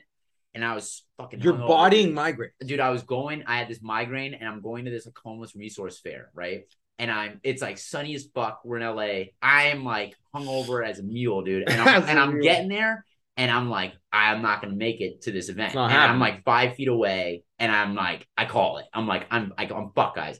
Speaker 1: and I was fucking.
Speaker 2: you're
Speaker 1: hungover.
Speaker 2: bodying migraine
Speaker 1: dude, I was going, I had this migraine and I'm going to this like, homeless resource fair, right? And I'm, it's like sunny as fuck. We're in LA. I'm like hungover as a mule, dude. And I'm,
Speaker 2: As
Speaker 1: and
Speaker 2: a
Speaker 1: I'm
Speaker 2: mule.
Speaker 1: getting there and I'm like, I'm not going to make it to this event.
Speaker 2: It's not
Speaker 1: And
Speaker 2: happening.
Speaker 1: I'm like five feet away and I'm like, I call it. I'm like, I'm, I go, I'm fuck guys.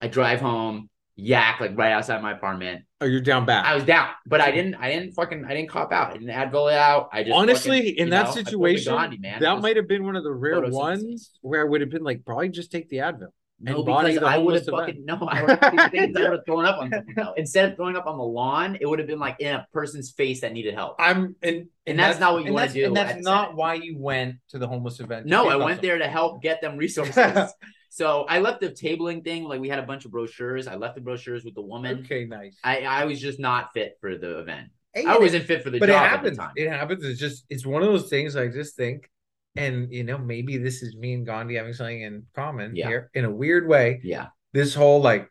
Speaker 1: I drive home, yak, like right outside my apartment.
Speaker 2: oh you're down bad
Speaker 1: I was down, but I didn't, I didn't fucking, I didn't cop out. I didn't Advil it out. I just
Speaker 2: Honestly,
Speaker 1: fucking,
Speaker 2: in
Speaker 1: you
Speaker 2: that
Speaker 1: know, I pulled the
Speaker 2: situation,
Speaker 1: Gandhi, man. It
Speaker 2: that
Speaker 1: was
Speaker 2: might have been one of the rare
Speaker 1: photosynthesis.
Speaker 2: ones where i would have been like probably just take the advil
Speaker 1: No,
Speaker 2: and body
Speaker 1: because
Speaker 2: the
Speaker 1: I would
Speaker 2: homeless
Speaker 1: have
Speaker 2: event.
Speaker 1: fucking no. I would have things I would have thrown up on someone though. Instead of throwing up on the lawn, it would have been like in a person's face that needed help.
Speaker 2: I'm and and,
Speaker 1: that's not what you
Speaker 2: and
Speaker 1: wanna
Speaker 2: that's-
Speaker 1: do
Speaker 2: And
Speaker 1: at
Speaker 2: that's
Speaker 1: the
Speaker 2: not
Speaker 1: Senate.
Speaker 2: why you went to the homeless event. to
Speaker 1: No,
Speaker 2: pick
Speaker 1: I
Speaker 2: up
Speaker 1: went there to help get them resources. so I left the tabling thing. Like we had a bunch of brochures. I left the brochures with the
Speaker 2: something.
Speaker 1: woman.
Speaker 2: Okay, nice.
Speaker 1: I I was just not fit for the event.
Speaker 2: Hey,
Speaker 1: I
Speaker 2: and
Speaker 1: wasn't fit for the
Speaker 2: but it
Speaker 1: job at the
Speaker 2: happens.
Speaker 1: time.
Speaker 2: It happens. It's just it's one of those things. I just think, and you know, maybe this is me and Gandhi having something in common
Speaker 1: Yeah.
Speaker 2: here in a weird way.
Speaker 1: yeah,
Speaker 2: This whole like,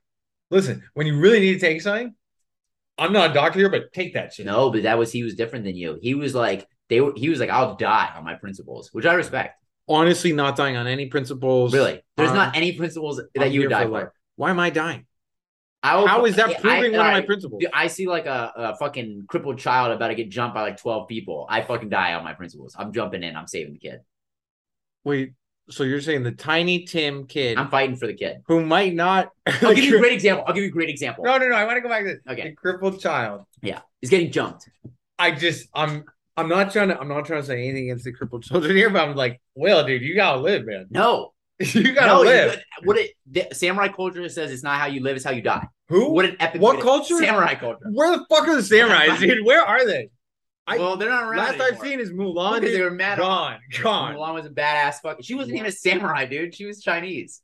Speaker 2: listen, when you really need to take something, I'm not a doctor here, but take that shit.
Speaker 1: no, but that was he was different than you. He was like they were. He was like, I'll die on my principles, which I respect.
Speaker 2: honestly, not dying on any principles.
Speaker 1: Really, there's
Speaker 2: Um,
Speaker 1: not any principles that
Speaker 2: I'm
Speaker 1: you
Speaker 2: here
Speaker 1: would die
Speaker 2: life.
Speaker 1: for.
Speaker 2: Why am I dying?
Speaker 1: I will-
Speaker 2: How is that
Speaker 1: I- I-
Speaker 2: proving one of my
Speaker 1: alright,
Speaker 2: principles?
Speaker 1: dude, I see like a, a fucking crippled child about to get jumped by like twelve people. I fucking die on my principles. I'm jumping in. I'm saving the kid.
Speaker 2: Wait, so you're saying the tiny Tim kid
Speaker 1: I'm fighting for the kid.
Speaker 2: who might not?
Speaker 1: I'll give you a great example. I'll give you a great example.
Speaker 2: no, no, no. I want to go back to this.
Speaker 1: Okay.
Speaker 2: The crippled child.
Speaker 1: He's getting jumped.
Speaker 2: I just I'm I'm not trying to I'm not trying to say anything against the crippled children here, but I'm like, well, dude, you gotta live, man.
Speaker 1: No,
Speaker 2: You gotta
Speaker 1: no. you
Speaker 2: live.
Speaker 1: could- what it the, samurai culture says it's not how you live, it's how you die.
Speaker 2: Who?
Speaker 1: What an epic.
Speaker 2: What
Speaker 1: way to-
Speaker 2: culture?
Speaker 1: Samurai culture.
Speaker 2: Where the fuck are the samurais, dude? Where are they? I-
Speaker 1: well, they're not around.
Speaker 2: Last I've
Speaker 1: anymore.
Speaker 2: seen is
Speaker 1: Because
Speaker 2: Mulan.
Speaker 1: they
Speaker 2: Dude,
Speaker 1: were mad. at
Speaker 2: gone,
Speaker 1: Mulan.
Speaker 2: gone.
Speaker 1: Mulan was a badass fuck. She wasn't even a samurai, dude. She was Chinese.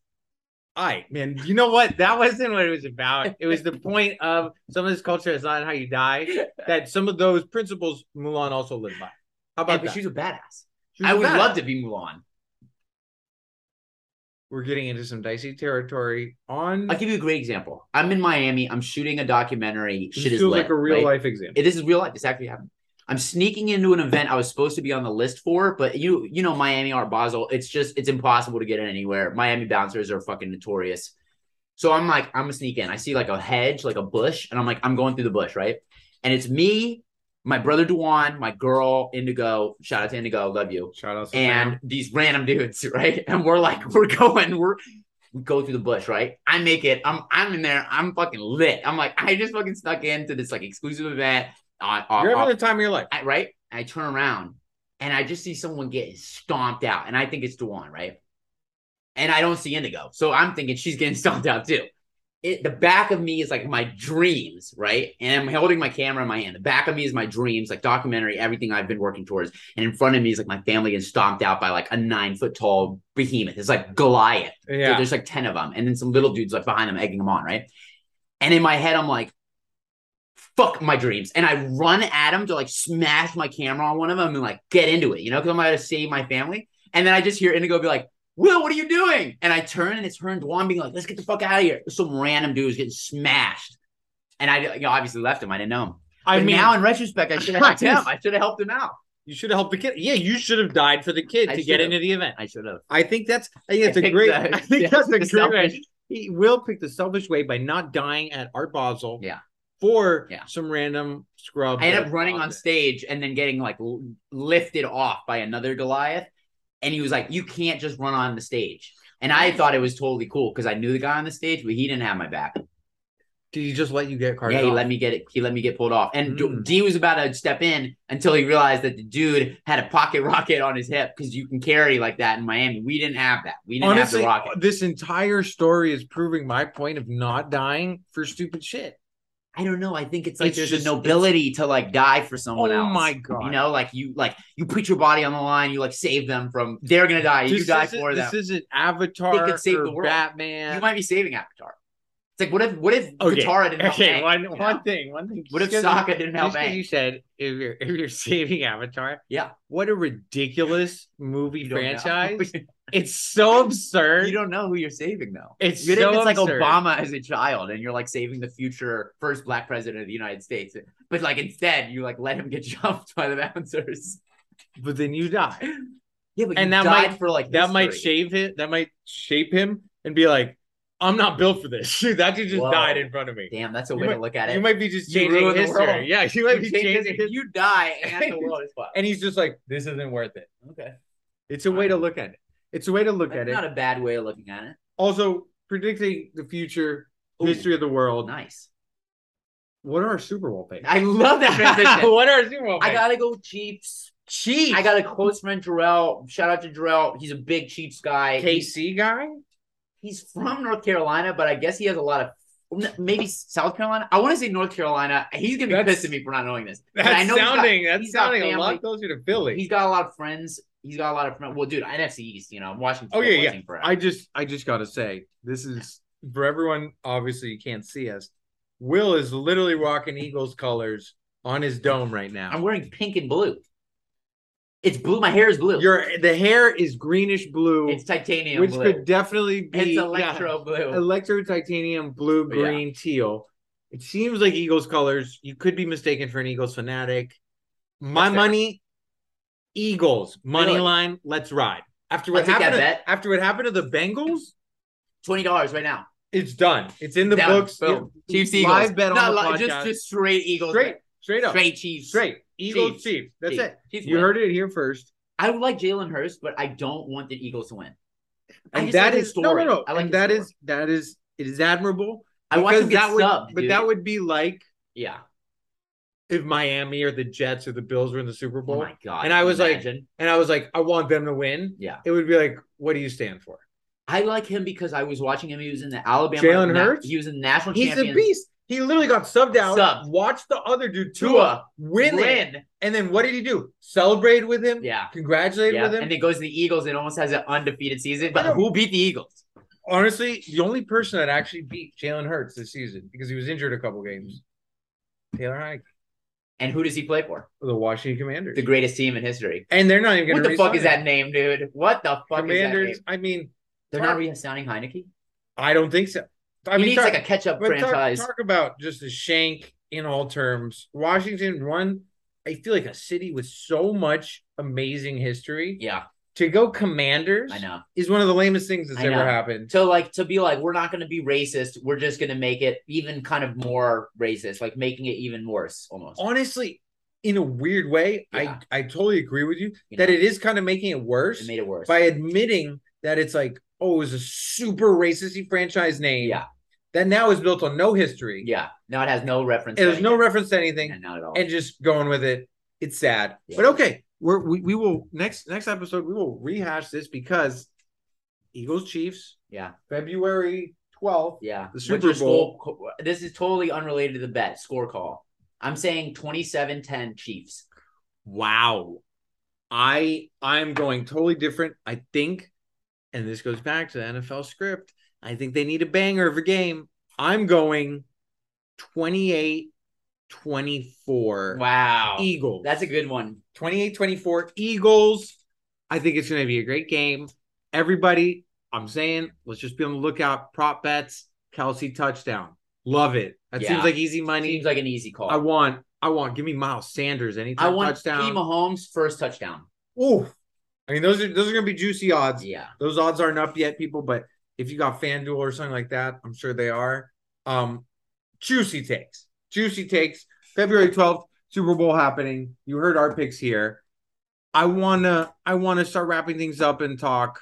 Speaker 2: I man, you know what? That wasn't what it was about. It was the point of some of this culture is not how you die. That some of those principles Mulan also lived by. How
Speaker 1: Yeah,
Speaker 2: about
Speaker 1: but
Speaker 2: that?
Speaker 1: she was a badass.
Speaker 2: She was
Speaker 1: I would
Speaker 2: bad.
Speaker 1: love to be Mulan.
Speaker 2: We're getting into some dicey territory on.
Speaker 1: I'll give you a great example. I'm in Miami. I'm shooting a documentary.
Speaker 2: this
Speaker 1: Shit is
Speaker 2: feels
Speaker 1: lit,
Speaker 2: like a real
Speaker 1: right?
Speaker 2: life example.
Speaker 1: It- This is real life. This actually happened. I'm sneaking into an event I was supposed to be on the list for, but you you know Miami Art Basel. It's just it's impossible to get in anywhere. Miami bouncers are fucking notorious. So I'm like I'm gonna sneak in. I see like a hedge, like a bush, and I'm like I'm going through the bush, right? And it's me, my brother Duan, my girl Indigo. Shout out to Indigo, love you
Speaker 2: Shout out to
Speaker 1: and
Speaker 2: Sam.
Speaker 1: these random dudes, right? And we're like, we're going, we're we go through the bush, right? I make it. I'm I'm in there. I'm fucking lit. I'm like, I just fucking snuck into this like exclusive event. uh, On, on,
Speaker 2: You're
Speaker 1: on-
Speaker 2: having the time of your life.
Speaker 1: I- right? I turn around and I just see someone getting stomped out, and I think it's Dewan, right? And I don't see Indigo, so I'm thinking she's getting stomped out too. It, the back of me is like my dreams, right? And I'm holding my camera in my hand. The back of me is my dreams, like documentary, everything I've been working towards. And in front of me is like my family getting stomped out by like a nine foot tall behemoth. It's like Goliath. So
Speaker 2: Yeah.
Speaker 1: there's like 10 of them. And then some little dudes like behind them egging them on, right? And in my head, I'm like, fuck my dreams. And I run at him to like smash my camera on one of them and like get into it, you know, because I'm going to save my family. And then I just hear Indigo be like, Will, what are you doing? And I turn and it's her and Dwan being like, let's get the fuck out of here. Some random dude was getting smashed. And I you know, obviously left him. I didn't know him.
Speaker 2: I
Speaker 1: But
Speaker 2: mean,
Speaker 1: now in retrospect, I should have helped him.
Speaker 2: Yes.
Speaker 1: I should have helped him out.
Speaker 2: you should have helped the kid. Yeah, you should have died for the kid
Speaker 1: I
Speaker 2: to get
Speaker 1: should've.
Speaker 2: into the event.
Speaker 1: I should have.
Speaker 2: I think that's I think that's a
Speaker 1: picked
Speaker 2: great.
Speaker 1: the-
Speaker 2: I think
Speaker 1: yeah,
Speaker 2: that's a
Speaker 1: the
Speaker 2: great. way. He will pick the selfish way by not dying at Art Basel.
Speaker 1: Yeah.
Speaker 2: For
Speaker 1: Yeah.
Speaker 2: some random scrub.
Speaker 1: I ended
Speaker 2: that-
Speaker 1: up running on stage and then getting like l- lifted off by another Goliath. And he was like, You can't just run on the stage. And I thought it was totally cool because I knew the guy on the stage, but he didn't have my back.
Speaker 2: Did he just let you get carted?
Speaker 1: yeah, he
Speaker 2: off?
Speaker 1: let me get it. He let me get pulled off. And D-
Speaker 2: Mm.
Speaker 1: D was about to step in until he realized that the dude had a pocket rocket on his hip because you can carry like that in Miami. We didn't have that. We didn't
Speaker 2: Honestly,
Speaker 1: have the rocket.
Speaker 2: this entire story is proving my point of not dying for stupid shit.
Speaker 1: I don't know. I think it's like
Speaker 2: It's
Speaker 1: there's
Speaker 2: just-
Speaker 1: a nobility to like die for someone
Speaker 2: Oh
Speaker 1: else.
Speaker 2: my God.
Speaker 1: You know, like you like you put your body on the line. You like save them from they're gonna die. You
Speaker 2: this
Speaker 1: die
Speaker 2: isn't-
Speaker 1: for them.
Speaker 2: This isn't Avatar
Speaker 1: could save
Speaker 2: or
Speaker 1: the world.
Speaker 2: Batman.
Speaker 1: you might be saving Avatar. It's like what if what if
Speaker 2: Okay.
Speaker 1: Katara didn't help
Speaker 2: okay,
Speaker 1: Aang,
Speaker 2: one
Speaker 1: you know?
Speaker 2: one thing, one thing.
Speaker 1: What if
Speaker 2: Just 'cause-
Speaker 1: Sokka didn't help
Speaker 2: just 'cause
Speaker 1: Aang?
Speaker 2: you said if you're if you're saving Avatar,
Speaker 1: Yeah.
Speaker 2: What a ridiculous movie
Speaker 1: You don't know.
Speaker 2: franchise! It's so absurd.
Speaker 1: you don't know who you're saving though.
Speaker 2: It's
Speaker 1: What
Speaker 2: so
Speaker 1: if it's like
Speaker 2: absurd.
Speaker 1: Obama as a child and you're like saving the future first black president of the United States, but like instead you like let him get jumped by the bouncers.
Speaker 2: but then you die.
Speaker 1: Yeah, but
Speaker 2: And
Speaker 1: you
Speaker 2: that
Speaker 1: died
Speaker 2: might-
Speaker 1: for like
Speaker 2: That might
Speaker 1: history.
Speaker 2: shape him. That might shape him and be like, "I'm not built for this. Shoot, that dude just
Speaker 1: Whoa.
Speaker 2: died in front of me.
Speaker 1: Damn, that's a
Speaker 2: You
Speaker 1: way
Speaker 2: might-
Speaker 1: to look at it.
Speaker 2: You might be just
Speaker 1: You
Speaker 2: changing
Speaker 1: ruined the
Speaker 2: history.
Speaker 1: world.
Speaker 2: Yeah, you might
Speaker 1: You change
Speaker 2: be changing.
Speaker 1: history.
Speaker 2: history.
Speaker 1: you die and the world is fucked.
Speaker 2: And he's just like, "This isn't worth it."
Speaker 1: Okay,
Speaker 2: It's a way to look at it. It's a way to look
Speaker 1: that's
Speaker 2: at
Speaker 1: not
Speaker 2: it.
Speaker 1: a bad way of looking at it.
Speaker 2: Also, predicting the future,
Speaker 1: Ooh.
Speaker 2: history of the world.
Speaker 1: Nice.
Speaker 2: What are our Super Bowl picks?
Speaker 1: I love that transition.
Speaker 2: what are our Super Bowl picks?
Speaker 1: I gotta go Chiefs.
Speaker 2: Chiefs.
Speaker 1: I got a close friend, Jarrell. Shout out to Jarrell. He's a big Chiefs guy. He's,
Speaker 2: KC guy.
Speaker 1: he's from North Carolina, but I guess he has a lot of n- maybe South Carolina. I want to say North Carolina. He's gonna be
Speaker 2: That's-
Speaker 1: pissed at me for not knowing this. But I
Speaker 2: That's
Speaker 1: know he's got-
Speaker 2: sounding. that's
Speaker 1: he's got
Speaker 2: sounding a
Speaker 1: family.
Speaker 2: lot closer to Philly.
Speaker 1: He's got a lot of friends. He's got a lot of friends. Well, dude, NFC East. You know, Washington.
Speaker 2: Oh, yeah, yeah.
Speaker 1: Washington Forever.
Speaker 2: I just I just gotta say, this is for everyone, obviously you can't see us. Will is literally rocking Eagles colors on his dome right
Speaker 1: I'm
Speaker 2: now.
Speaker 1: wearing pink and blue. It's blue. My hair is blue.
Speaker 2: Your the hair is greenish blue,
Speaker 1: it's titanium
Speaker 2: which
Speaker 1: blue.
Speaker 2: could definitely be
Speaker 1: it's
Speaker 2: yeah,
Speaker 1: electro blue.
Speaker 2: electro titanium blue,
Speaker 1: Yeah.
Speaker 2: green, teal. It seems like Eagles colors. You could be mistaken for an Eagles fanatic. My
Speaker 1: That's fair.
Speaker 2: money, Eagles money
Speaker 1: Really?
Speaker 2: line. Let's ride. After
Speaker 1: I'll
Speaker 2: what
Speaker 1: take that
Speaker 2: happened, to-
Speaker 1: bet.
Speaker 2: after what happened to the Bengals,
Speaker 1: Twenty dollars right now.
Speaker 2: it's done. It's in the
Speaker 1: Down.
Speaker 2: books.
Speaker 1: Boom. Chiefs
Speaker 2: Live
Speaker 1: Eagles.
Speaker 2: bet on
Speaker 1: Not
Speaker 2: the
Speaker 1: li-
Speaker 2: podcast.
Speaker 1: Just just straight Eagles.
Speaker 2: Straight,
Speaker 1: bet.
Speaker 2: straight up, straight,
Speaker 1: Straight Chiefs.
Speaker 2: Eagles, Chiefs.
Speaker 1: Chiefs.
Speaker 2: That's
Speaker 1: Chiefs.
Speaker 2: it.
Speaker 1: Chiefs
Speaker 2: You
Speaker 1: win.
Speaker 2: heard it here first.
Speaker 1: I would like Jalen Hurst, but I don't want the Eagles to win. I
Speaker 2: And
Speaker 1: just like
Speaker 2: that
Speaker 1: his
Speaker 2: is no, no, no.
Speaker 1: I like
Speaker 2: and
Speaker 1: his
Speaker 2: that
Speaker 1: story.
Speaker 2: is that is it is admirable.
Speaker 1: I watched him
Speaker 2: because
Speaker 1: get
Speaker 2: that would,
Speaker 1: subbed,
Speaker 2: but
Speaker 1: dude.
Speaker 2: that would be like
Speaker 1: yeah.
Speaker 2: if Miami or the Jets or the Bills were in the Super
Speaker 1: Oh
Speaker 2: Bowl,
Speaker 1: my god.
Speaker 2: And I was like-
Speaker 1: Imagine.
Speaker 2: and I was like, I want them to win.
Speaker 1: yeah.
Speaker 2: It would be like, what do you stand for?
Speaker 1: I like him because I was watching him. He was in the Alabama.
Speaker 2: Jalen
Speaker 1: na-
Speaker 2: Hurts?
Speaker 1: He was in the national
Speaker 2: He's
Speaker 1: champions.
Speaker 2: a beast. He literally got subbed out.
Speaker 1: Subbed.
Speaker 2: Watched the other dude Tua
Speaker 1: Tua
Speaker 2: win, it,
Speaker 1: win.
Speaker 2: and then what did he do? Celebrate with him.
Speaker 1: Yeah.
Speaker 2: Congratulate
Speaker 1: Yeah.
Speaker 2: with him.
Speaker 1: And then goes to the Eagles and almost has an undefeated season.
Speaker 2: I know.
Speaker 1: But who beat the Eagles?
Speaker 2: honestly, the only person that actually beat Jalen Hurts this season because he was injured a couple games, Taylor Heineke,
Speaker 1: And who does he play for?
Speaker 2: the Washington Commanders,
Speaker 1: The greatest team in history.
Speaker 2: and they're not even going
Speaker 1: What
Speaker 2: to.
Speaker 1: the fuck is that name, dude? What the fuck
Speaker 2: Commanders.
Speaker 1: is that name?
Speaker 2: I mean,
Speaker 1: They're not re-signing Heineke.
Speaker 2: I don't think so. I
Speaker 1: he
Speaker 2: mean,
Speaker 1: needs
Speaker 2: talk,
Speaker 1: like a catch-up
Speaker 2: but talk-
Speaker 1: franchise.
Speaker 2: Talk, about just a shank in all terms. Washington one. I feel like a city with so much amazing history.
Speaker 1: yeah,
Speaker 2: To go Commanders
Speaker 1: I know.
Speaker 2: is one of the lamest things that's
Speaker 1: I
Speaker 2: ever
Speaker 1: know.
Speaker 2: happened.
Speaker 1: So like to be like, we're not going to be racist. We're just going to make it even kind of more racist, like making it even worse almost.
Speaker 2: Honestly, in a weird way,
Speaker 1: Yeah.
Speaker 2: I I totally agree with you,
Speaker 1: You
Speaker 2: that
Speaker 1: know?
Speaker 2: it is kind of making it worse.
Speaker 1: It made it worse.
Speaker 2: by admitting that it's like, oh, it was a super racisty franchise name
Speaker 1: yeah,
Speaker 2: that now is built on no history.
Speaker 1: yeah. Now it has no reference.
Speaker 2: It
Speaker 1: to
Speaker 2: has no
Speaker 1: anything.
Speaker 2: reference to anything
Speaker 1: Yeah, not at all.
Speaker 2: and just going with it. It's sad.
Speaker 1: Yeah.
Speaker 2: But okay, we're we, we will next next episode we will rehash this because Eagles Chiefs,
Speaker 1: yeah,
Speaker 2: February 12th.
Speaker 1: yeah.
Speaker 2: The
Speaker 1: What's
Speaker 2: Super
Speaker 1: your
Speaker 2: Bowl-
Speaker 1: score- this is totally unrelated to the bet score call. I'm saying 27-10 Chiefs.
Speaker 2: Wow. I I'm going totally different. I think, and this goes back to the NFL script. I think they need a banger of a game. I'm going 28 24
Speaker 1: Wow,
Speaker 2: Eagles.
Speaker 1: that's a good one.
Speaker 2: 28 24 Eagles. I think it's going to be a great game. Everybody, I'm saying, let's just be on the lookout. Prop bets, Kelsey touchdown. Love it. That
Speaker 1: Yeah.
Speaker 2: seems like easy money.
Speaker 1: Seems like an easy call.
Speaker 2: I want, I want, give me Miles Sanders anytime
Speaker 1: I want
Speaker 2: touchdown.
Speaker 1: P. Mahomes first touchdown.
Speaker 2: Ooh. I mean, those are those are gonna be juicy odds.
Speaker 1: Yeah,
Speaker 2: Those odds aren't up yet, people. But if you got FanDuel or something like that, I'm sure they are. Um, juicy takes, juicy takes. February 12th, Super Bowl happening. You heard our picks here. I wanna, I wanna start wrapping things up and talk.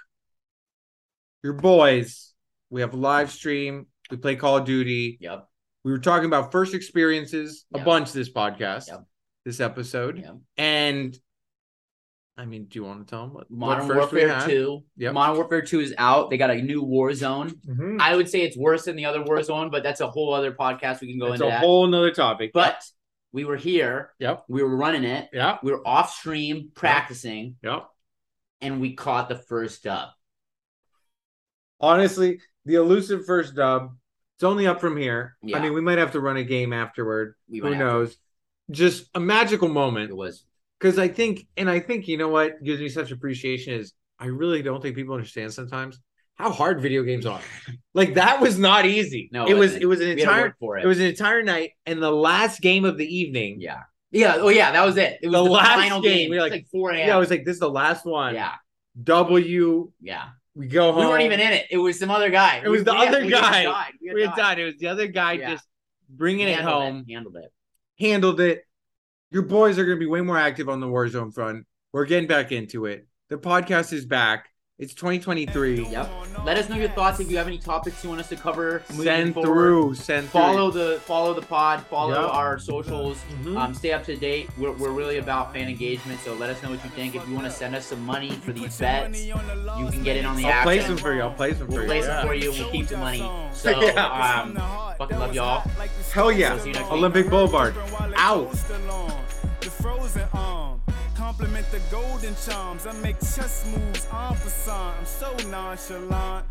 Speaker 2: Your boys. We have a live stream. We play Call of Duty.
Speaker 1: yep,
Speaker 2: We were talking about first experiences a
Speaker 1: Yeah.
Speaker 2: bunch this podcast,
Speaker 1: Yep.
Speaker 2: this episode.
Speaker 1: yep.
Speaker 2: And I mean, do you want to tell them what
Speaker 1: Modern
Speaker 2: what first we
Speaker 1: Warfare
Speaker 2: had?
Speaker 1: Two.
Speaker 2: Yep.
Speaker 1: Modern Warfare Two is out. They got a new War Zone.
Speaker 2: Mhm.
Speaker 1: I would say it's worse than the other War Zone, but that's a whole other podcast we can go
Speaker 2: It's
Speaker 1: into
Speaker 2: a
Speaker 1: that.
Speaker 2: whole nother topic.
Speaker 1: but we were here.
Speaker 2: Yep.
Speaker 1: We were running it.
Speaker 2: yeah,
Speaker 1: We were off stream practicing,
Speaker 2: yeah.
Speaker 1: and we caught the first dub.
Speaker 2: Honestly, the elusive first dub. It's only up from here. I
Speaker 1: Yeah.
Speaker 2: mean, we might have to run a game afterward.
Speaker 1: We
Speaker 2: Who
Speaker 1: might have to-
Speaker 2: knows? Just a magical
Speaker 1: It
Speaker 2: moment.
Speaker 1: was
Speaker 2: Because I think, and I think, you know what gives me such appreciation is I really don't think people understand sometimes how hard video games are. like that was not easy.
Speaker 1: No, it
Speaker 2: it was.
Speaker 1: wasn't.
Speaker 2: It was an
Speaker 1: we had to
Speaker 2: entire.
Speaker 1: work for it.
Speaker 2: It was an entire night, and the last game of the evening.
Speaker 1: yeah, yeah. Oh yeah, that was it. It was
Speaker 2: The
Speaker 1: the,
Speaker 2: last
Speaker 1: final
Speaker 2: game,
Speaker 1: game.
Speaker 2: we
Speaker 1: It
Speaker 2: were
Speaker 1: was
Speaker 2: like-
Speaker 1: like four a.m.
Speaker 2: yeah, I was like, this is the last one.
Speaker 1: yeah,
Speaker 2: W.
Speaker 1: yeah.
Speaker 2: We go home.
Speaker 1: We weren't even in it. It was some other guy.
Speaker 2: It was the other guy.
Speaker 1: died. We
Speaker 2: We had died. It was the other guy
Speaker 1: Yeah.
Speaker 2: just bringing it
Speaker 1: Handled
Speaker 2: home,
Speaker 1: Handled it.
Speaker 2: handled it. Your boys are going to be way more active on the Warzone front. We're getting back into it. The podcast is back. It's 2023.
Speaker 1: Yep. Let us know your thoughts if you have any topics you want us to cover. moving
Speaker 2: Send
Speaker 1: forward.
Speaker 2: through. Send
Speaker 1: Follow the follow the pod. Follow
Speaker 2: Yep.
Speaker 1: our socials.
Speaker 2: through. Mhm.
Speaker 1: Um, stay up to date. We're, we're really about fan engagement, so let us know what you think. If you want to send us some money for these bets, you can get in on the
Speaker 2: I'll play some
Speaker 1: action.
Speaker 2: for you. I'll play some
Speaker 1: We'll
Speaker 2: for
Speaker 1: play
Speaker 2: you.
Speaker 1: some
Speaker 2: Yeah.
Speaker 1: for you and we'll keep the money. So,
Speaker 2: Yeah.
Speaker 1: um, fucking love y'all.
Speaker 2: Hell yeah.
Speaker 1: We'll see you next week.
Speaker 2: Olympic Boulevard. Out.
Speaker 4: The frozen arm. Compliment the golden charms. I make chess moves en passant. I'm so nonchalant.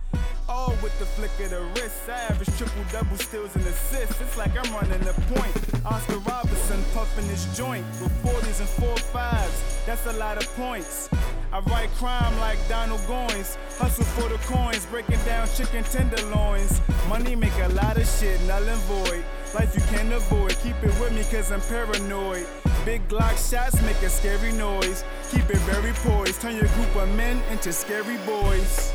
Speaker 4: All with the flick of the wrist. I average triple double steals and assists. It's like I'm running the point. Oscar Robinson puffing his joint with 40s and 4-5s. That's a lot of points. I write crime like Donald Goins. Hustle for the coins, breaking down chicken tenderloins. Money make a lot of shit null and void. Life you can't avoid. Keep it with me cause I'm paranoid. Big Glock shots make a scary noise. Keep it very poised. Turn your group of men into scary boys.